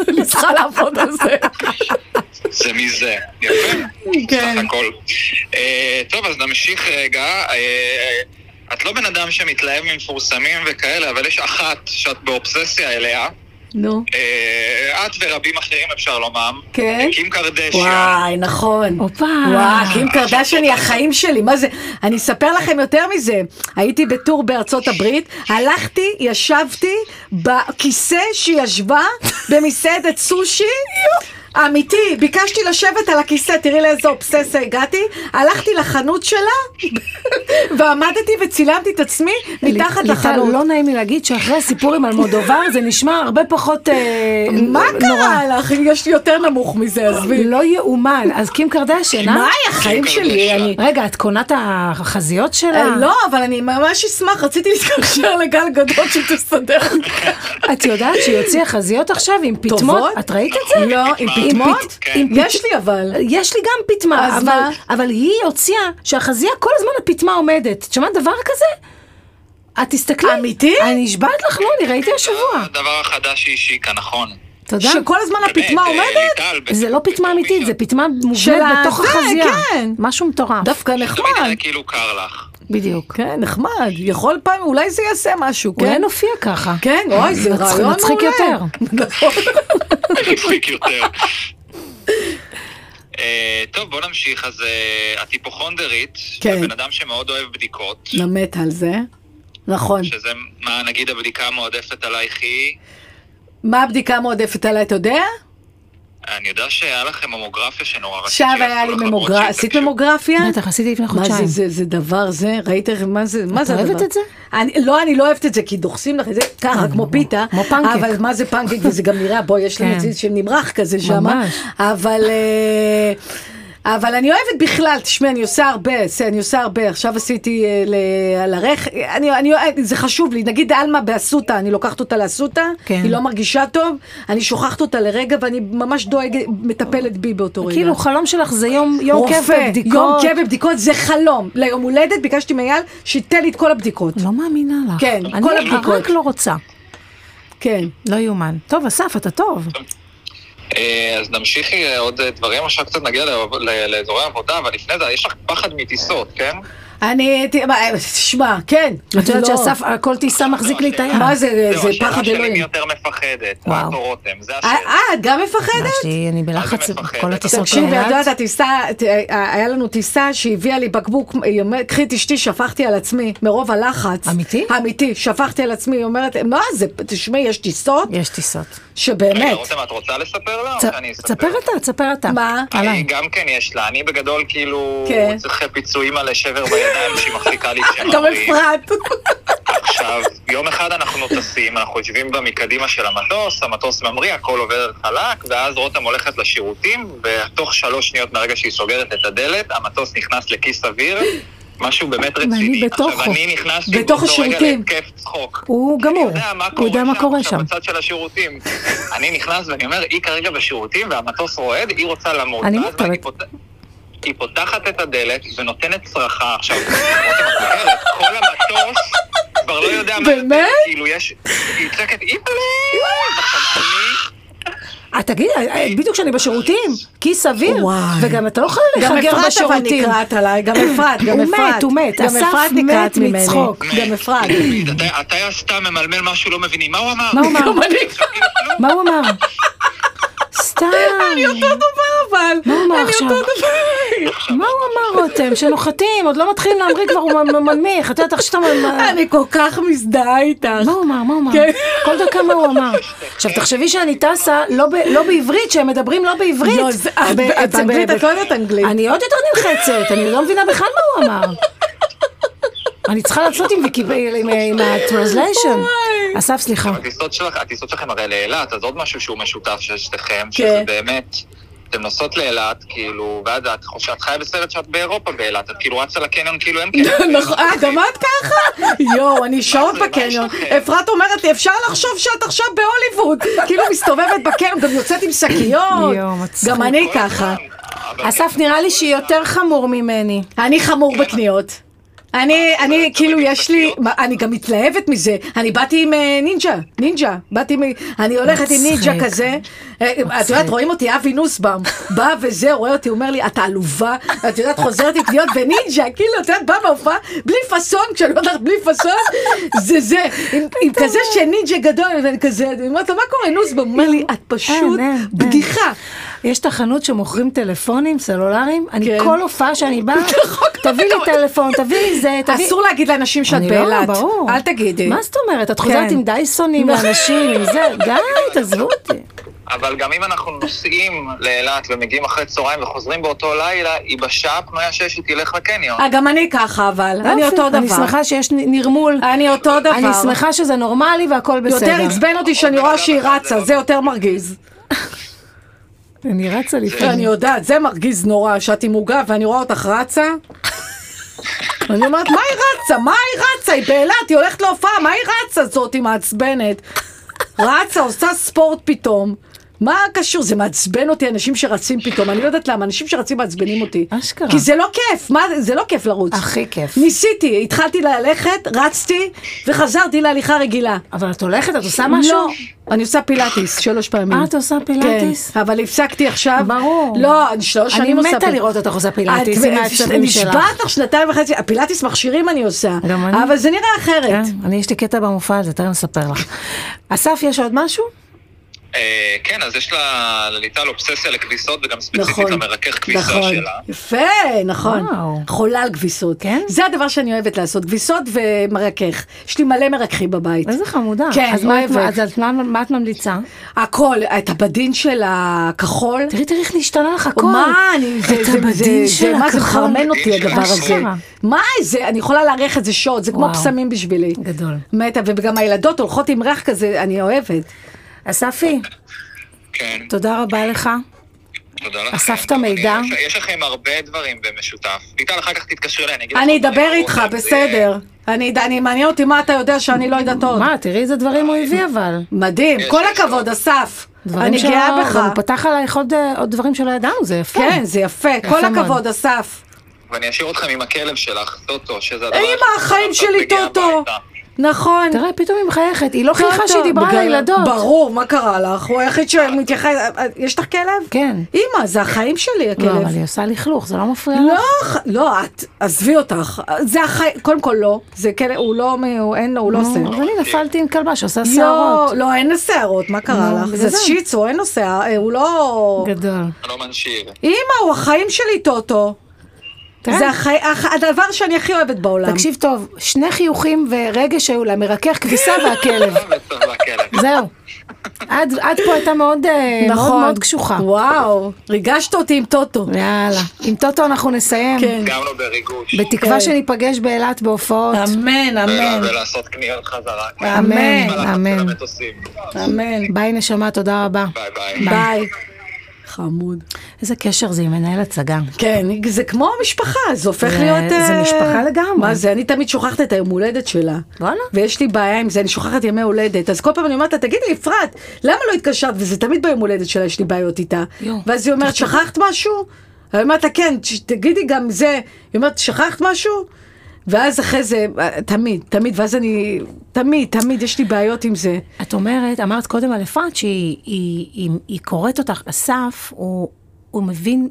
אני צריכה לעבוד על זה. זה מזה. יפה. כן. סך הכל. אה, טוב, אז נמשיך רגע. אה, את לא בן אדם שמתלהב ממפורסמים וכאלה, אבל יש אחת שאת באובססיה אליה. נו. אה, את ורבים אחרים אפשר לומר. כן. קים קרדשיאן. וואי, נכון. הופה. וואי, קים קרדשן היא החיים שלי, מה זה? אני אספר לכם יותר מזה. הייתי בטור בארצות הברית, הלכתי, ישבתי בכיסא שישבה במסעדת סושי. אמיתי, ביקשתי לשבת על הכיסא, תראי לאיזו אובססיה הגעתי, הלכתי לחנות שלה ועמדתי וצילמתי את עצמי מתחת ליטל, לחנות. לא נעים לי להגיד שאחרי הסיפור עם אלמודובר זה נשמע הרבה פחות אה, מה נורא. קרה לך? יש לי יותר נמוך מזה, עזבי. לא יאומן. אז קים קרדשן, אה? מה, החיים שלי, אני... רגע, את קונה את החזיות שלה? אה, לא, אבל אני ממש אשמח, רציתי להתקשר לגל גדול שתסדר. את יודעת שהיא הוציאה חזיות עכשיו עם פטמות? טובות? את ראית את זה? לא, עם פטמות? פט- עם יש לי אבל. יש לי גם פטמה, אז אבל, מה? אבל היא הוציאה שהחזייה כל הזמן הפטמה עומדת. את שומעת דבר כזה? את תסתכלי. אמיתי? אני נשבעת לך, לא, אני ראיתי השבוע. הדבר החדש שהיא השיקה, נכון. תודה. שכל הזמן הפטמה באמת, אה, עומדת? ליטל, ב- זה לא פטמה אמיתית, זה פטמה של מובנית בתוך הזה, החזייה. כן. משהו מטורף. דווקא תמיד נחמד. זה כאילו קר לך. בדיוק. כן, נחמד. יכול פעם, אולי זה יעשה משהו, אולי כן? נופיע ככה. כן, אוי, זה מצחיק- רעיון מעולה. מצחיק יותר. נכון. מצחיק יותר. אה, טוב, בוא נמשיך. אז אה, את היפוכונדרית, כן. כן. בן אדם שמאוד אוהב בדיקות, לא מת על זה. נכון. שזה, מה נגיד הבדיקה המועדפת עלייך היא, מה הבדיקה המועדפת עליי, אתה יודע? אני יודע שהיה לכם ממוגרפיה שנורא רציתי. עכשיו היה שיעשו לי לך, ממוגרפיה. למרות עשית שביקשו. ממוגרפיה? בטח, עשיתי לפני מה זה, חודשיים. זה, זה דבר זה? ראית איך, מה זה, מה זה הדבר? אוהבת את זה? אני, לא, אני לא אוהבת את זה, כי דוחסים לך את זה ככה, כמו פיתה. אה, כמו פנקק. אבל מה זה פנקק, וזה גם נראה, בוא, יש לנו כן. את זה שנמרח כזה שם. ממש. אבל... אה, אבל אני אוהבת בכלל, תשמעי, אני עושה הרבה, זה, אני עושה הרבה, עכשיו עשיתי אה, ל- על הרכב, אני, אני, זה חשוב לי, נגיד עלמה באסותא, אני לוקחת אותה לאסותא, כן. היא לא מרגישה טוב, אני שוכחת אותה לרגע ואני ממש דואגת, מטפלת בי באותו רגע. כאילו, חלום שלך זה יום יום כיף בבדיקות. לא. יום כיף בבדיקות זה חלום. ליום הולדת ביקשתי מאייל שייתן לי את כל הבדיקות. לא מאמינה לך. כן, אני כל הבדיקות. רק לא רוצה. כן. לא יאומן. טוב, אסף, אתה טוב. אה, אז נמשיכי אה, עוד אה, דברים, עכשיו קצת נגיע לעב- ל- לאזורי עבודה, אבל לפני זה, יש לך פחד מטיסות, כן? אני, ת- מה, תשמע, כן. את יודעת לא. שאסף, על כל טיסה מחזיק לי את היד. מה אה, זה, זהו, זה לא, השאלה פחד שלי מי אלוהים. יותר מפחדת, וואו. את או רותם, זה אה, השאלה. אה, את גם מפחדת? ממש, אני בלחץ אני מפחד. כל הטיסות תקשיבי, את לאילת. יודעת, הטיסה, ת- אה, היה לנו טיסה שהביאה לי בקבוק, היא אומרת, קחי את אשתי, שפכתי על עצמי, מרוב הלחץ. אמיתי? אמיתי, שפכתי על עצמי, היא אומרת, מה זה, תשמעי, יש טיסות יש טיסות. רגע, שבאמת, אה, רותם, את רוצה לספר לה? או שאני אספר? תספר אתה, תספר אתה. מה? אני עליי. גם כן יש לה, אני בגדול כאילו כן. צריך פיצויים על שבר בידיים שהיא מחזיקה לי גם כשמרים. אפרת. עכשיו, יום אחד אנחנו טסים, אנחנו יושבים במקדימה של המטוס, המטוס ממריא, הכל עובר חלק, ואז רותם הולכת לשירותים, ותוך שלוש שניות מהרגע שהיא סוגרת את הדלת, המטוס נכנס לכיס אוויר, משהו באמת ואני רציני. בתוכו. עכשיו, אני נכנסתי בתוך באותו רגע השירותים. להתקף צחוק. הוא גמור, אני יודע מה הוא קורה יודע מה שם, קורה עכשיו, שם. בצד של השירותים. אני נכנס ואני אומר, היא כרגע בשירותים והמטוס רועד, היא רוצה למות. אני ואז מתכוונת. היא פות- היא פותחת את הדלת ונותנת צרחה. עכשיו, רותם, את זוכרת? כל המטוס כבר לא יודע מה... באמת? יותר, כאילו, יש... היא צועקת, איפלי! עכשיו, אני... אה, תגיד, אה, בדיוק כשאני בשירותים, כיס אוויר, וואי. וגם אתה לא יכול גם לחגר אפרת אבל בשירותים. נקרעת עליי, גם אפרת, גם הוא אפרת. מת, הוא מת. גם אסף אפרת מת נקרעת ממני. מצחוק. גם אפרת. אתה- אתה סתם ממלמל משהו, לא מבינים. מה הוא אמר? מה הוא אמר? גם אני. מה הוא אמר? סתם. אני אותו דבר אבל. מה הוא אמר אני עכשיו? אותו דבר. מה הוא אמר, רותם? שנוחתים, עוד לא מתחילים להמריא, כבר הוא מ- מנמיך. את יודעת איך שאתה... מ- אני כל כך מזדהה איתך. מה הוא אמר? מה הוא אמר? כן. כל דקה מה הוא אמר. כן. עכשיו, תחשבי שאני טסה לא ב- לא בעברית, שהם מדברים לא בעברית. לא, זה- ב- את לא ב- אנגלית, ב- את לא יודעת אנגלית. אני עוד יותר נלחצת, אני לא מבינה בכלל מה הוא אמר. אני צריכה לצאת עם ויקיפדיה, עם- עם ה-translation. אסף, סליחה. הטיסות שלך, הטיסות שלכם הרי לאילת, אז עוד משהו שהוא משותף של שתיכם, כן. שזה באמת, אתם נוסעות לאילת, כאילו, ואז את חושבת, את חיה בסרט שאת באירופה באילת, את כאילו רצה לקניון, כאילו אין קניון. נכון, אה, גם את ככה? יואו, אני שעות זה? מה יש בקניון. לכם? אפרת אומרת לי, אפשר לחשוב שאת עכשיו בהוליווד. כאילו מסתובבת בקניון, גם יוצאת עם שקיות. יואו, מצחיק. גם אני כל ככה. הזמן, אבל- אסף, נראה לי שהיא יותר חמור ממני. אני חמור בקניות. אני, אני, כאילו, יש לי, מה, אני גם מתלהבת מזה. אני באתי עם אה, נינג'ה, נינג'ה. באתי עם, אני הולכת עם נינג'ה מצחיק. כזה. אה, את יודעת, רואים אותי, אבי נוסבאום, בא וזה, רואה אותי, אומר לי, את עלובה, את יודעת, חוזרת עם קניות ונינג'ה, כאילו, את יודעת, בא מההופעה, בלי פאסון, כשאני אומרת בלי פאסון, זה זה, עם- עם כזה שנינג'ה גדול, ואני כזה, אני אומרת לו, מה קורה, נוסבאום? הוא אומר לי, אה, את פשוט אין, אין, אין. בדיחה. יש את החנות שמוכרים טלפונים סלולריים, אני כן. כל הופעה שאני באה, נכון, תביא לי נכון. טלפון, תביא לי זה, תביא... אסור להגיד לאנשים שאת אני לא, באילת. ברור. אל תגידי. מה זאת אומרת? את חוזרת כן. עם דייסונים לאנשים, עם זה, די, תעזבו אותי. אבל גם אם אנחנו נוסעים לאילת ומגיעים אחרי צהריים וחוזרים באותו לילה, היא בשעה הפנויה שיש, היא תלך לקניון. אה, גם אני ככה, אבל. יופי, אני אותו דבר. לא, אני שמחה שיש נ- נרמול. אני אותו דבר. אני שמחה שזה נורמלי והכל בסדר. יותר עצבן אותי שאני רואה שהיא רצה, זה יותר מרגיז. אני רצה כן, לא, אני לפעמים. יודעת, זה מרגיז נורא, שאת עם עוגה ואני רואה אותך רצה. אני אומרת, מה היא רצה? מה היא רצה? היא באילת, היא הולכת להופעה, מה היא רצה זאת, היא מעצבנת? רצה, עושה ספורט פתאום. מה קשור? זה מעצבן אותי, אנשים שרצים פתאום, אני לא יודעת למה, אנשים שרצים מעצבנים אותי. אשכרה. כי זה לא כיף, מה, זה לא כיף לרוץ. הכי כיף. ניסיתי, התחלתי ללכת, רצתי, וחזרתי להליכה רגילה. אבל את הולכת, את עושה משהו? לא, אני עושה פילאטיס שלוש פעמים. אה, את עושה פילאטיס? כן, אבל הפסקתי עכשיו. ברור. לא, אני שלוש אני שנים עושה מתה פילאטיס. לראות אותך עושה פילאטיס עם העצבים שלך. נשבעת לך שנתיים וחצי, הפילאטיס מכשירים אני עושה. גם אני. אבל זה נראה אחרת. כן, אני יש לי קטע במופע הזה, תכף נספר לך. אסף, יש עוד משהו? אה, כן, אז יש לה, לליטל אובססיה לכביסות, וגם ספציפית נכון. למרכך כביסה נכון. שלה. יפה, נכון. וואו. חולה על כביסות. כן? זה הדבר שאני אוהבת לעשות, כביסות ומרכך. יש לי מלא מרככים בבית. איזה חמודה. כן, אז מה- אוהבת. אז על מה- מה את ממליצה? הכל, את הבדין של הכחול. תראי, תראי איך נשתנה לך הכל. מה, אני, זה, את זה, זה, הבדין זה, של מה, זה הכחול. מחרמן אותי הדבר הזה. אשכרה. מה זה, אני יכולה להריח את זה שעות, זה כמו וואו. פסמים בשבילי. גדול. מתה, וגם הילדות הולכות עם ריח כזה, אני אוהבת. אספי, כן, תודה רבה לך. תודה לך. אספת מידע? יש- יש לכם הרבה דברים במשותף. ליטל, אחר כך תתקשרי אליי, אני אגיד לך... אני עוד דברים אדבר איתך, בוואטסאפ, זה- בסדר. אני, אני מעניין אותי מה אתה יודע שאני לא יודעת עוד. מה, תראי איזה דברים הוא הביא אבל. מדהים, יש, כל יש הכבוד, עוד. אסף. דברים אני שלא- גאה בך. גם הוא פתח עלייך עוד, אה, עוד דברים שלא ידענו, זה יפה. כן, זה יפה, כל מאוד. הכבוד, אסף. ואני אשאיר אתכם עם הכלב שלך, טוטו, שזה הדבר... אמא, היחיד החיים שאת שלי מגיעה טוטו. הביתה. נכון. תראה, פתאום היא מחייכת, היא לא חייכה שהיא דיברה על בגלל- הילדות. ברור, מה קרה לך? הוא היחיד שמתייחס... יש לך כלב? כן. אימא, זה החיים שלי, הכלב. לא, אבל היא עושה לכלוך, זה לא מפריע לא, לך. ח- לא, את, עזבי אותך, זה החיים, קודם כל לא, זה כלב, הוא לא, מ- הוא אין לו, הוא לא עושה. נו, אבל אני נפלתי עם כלבה שעושה יואו, שערות. לא, אין לה שערות, מה קרה נו, לך? בגלל זה זה. שיצו, אין לו שיער, אה, הוא לא... גדול. לא מנשיר. אימא, הוא החיים שלי, טוטו. תראה. זה החי- הח- הדבר שאני הכי אוהבת בעולם. תקשיב טוב, שני חיוכים ורגש היו לה, מרכך כביסה והכלב. וצריך לכלב. זהו. עד עד פה הייתה מאוד אה, מאוד נכון. מאוד קשוחה. וואו, ריגשת אותי עם טוטו. יאללה. עם טוטו אנחנו נסיים. כן. גם לא בריגוש. בתקווה כן. שניפגש באילת בהופעות. אמן, אמן, ול- ולעשות קניות חזרה. אמן, מלאכת אמן. המטוסים. אמן. ביי נשמה, תודה רבה. ביי ביי. ביי. חמוד. איזה קשר זה עם מנהל הצגה. כן, זה כמו משפחה, זה הופך זה- להיות... זה אה, משפחה לגמרי. מה זה, אני תמיד שוכחת את היום הולדת שלה. וואלה. ויש לי בעיה עם זה, אני שוכחת ימי הולדת. אז כל פעם אני אומרת לה, תגידי, אפרת, למה לא התקשרת? וזה תמיד ביום הולדת שלה, יש לי בעיות איתה. יואו. ואז היא אומרת, שכחת משהו? אני אומרת לה, כן, ש- תגידי גם זה. היא אומרת, שכחת משהו? ואז אחרי זה, אה, תמיד, תמיד, ואז אני, תמיד, תמיד יש לי בעיות עם זה. את אומרת, אמרת קודם על אפרת שהיא היא, היא, היא קוראת אותך, אסף, הוא, הוא מבין,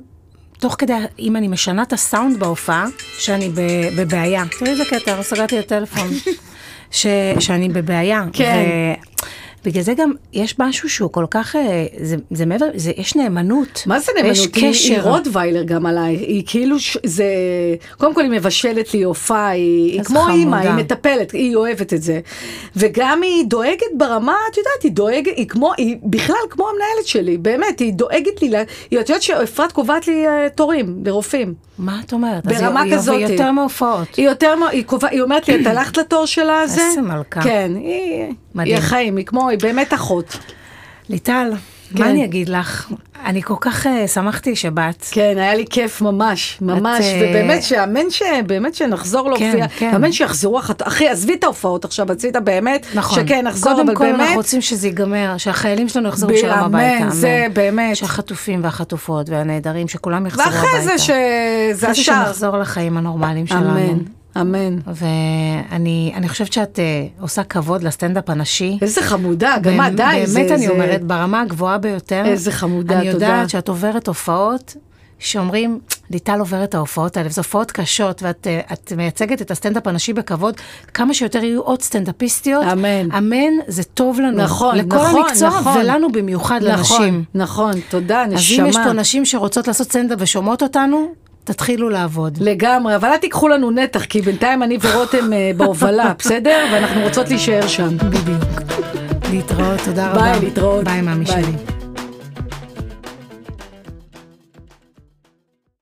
תוך כדי, אם אני משנה את הסאונד בהופעה, שאני ב, בבעיה. תראי איזה קטע, לא סגרתי את הטלפון. ש, שאני בבעיה. כן. ו... בגלל זה גם יש משהו שהוא כל כך, אה, זה, זה מעבר, זה, יש נאמנות. מה זה ויש נאמנות? היא- היא קשר. רוטוויילר גם עליי, היא כאילו, ש- זה, קודם כל היא מבשלת לי הופעה, היא היא אז כמו חמודה. אימא, היא מטפלת, היא אוהבת את זה. וגם היא דואגת ברמה, את יודעת, היא דואגת, היא כמו, היא בכלל כמו המנהלת שלי, באמת, היא דואגת לי, ל- היא- את יודעת שאפרת קובעת לי אה, תורים לרופאים. מה את אומרת? אז ברמה היא- היא- כזאת. היא יותר מהופעות. היא יותר, מה- היא, קובע, היא אומרת לי, את הלכת לתור שלה הזה? איזה מלכה. כן, היא, מדהים. היא החיים, היא כמו, היא באמת אחות. ליטל, כן. מה אני אגיד לך? אני כל כך אה, שמחתי שבאת. כן, היה לי כיף ממש, ממש, אה, ובאמת שאמן ש... באמת שנחזור להופיע, כן. אמן שיחזרו החת... אחי, עזבי את ההופעות עכשיו, עשית באמת, נכון. שכן, נחזור, קודם אבל כל באמת, אנחנו רוצים שזה ייגמר, שהחיילים שלנו יחזרו שלום אמן, הביתה. אמן. זה באמת. שהחטופים והחטופות והנעדרים, שכולם יחזרו הביתה. ואחרי זה שזה אחרי זה השאר, שנחזור לחיים הנורמליים שלנו. אמן, אמן. ואני אני חושבת שאת אה, עושה כבוד לסטנדאפ הנשי. איזה חמודה, גם את, די, באמת זה- אני זה- אומרת, ברמה הגבוהה ביותר. איזה חמודה, אני תודה. יודעת שאת עוברת הופעות שאומרים, ליטל עוברת ההופעות האלה, וזה הופעות קשות, ואת אה, את מייצגת את הסטנדאפ הנשי בכבוד. כמה שיותר יהיו עוד סטנדאפיסטיות. אמן. אמן, זה טוב לנו. נכון, לכל נכון, המקצוע, נכון. ולנו במיוחד, נכון, לנשים. נכון, תודה, אז נשמה. אם יש פה נשים שרוצות לעשות סטנדאפ ושומעות אותנו, תתחילו לעבוד. לגמרי, אבל אל תיקחו לנו נתח, כי בינתיים אני ורותם אה, בהובלה, בסדר? ואנחנו רוצות להישאר שם. בדיוק. להתראות, תודה רבה. ביי, להתראות. ביי, מאמי ביי. שלי.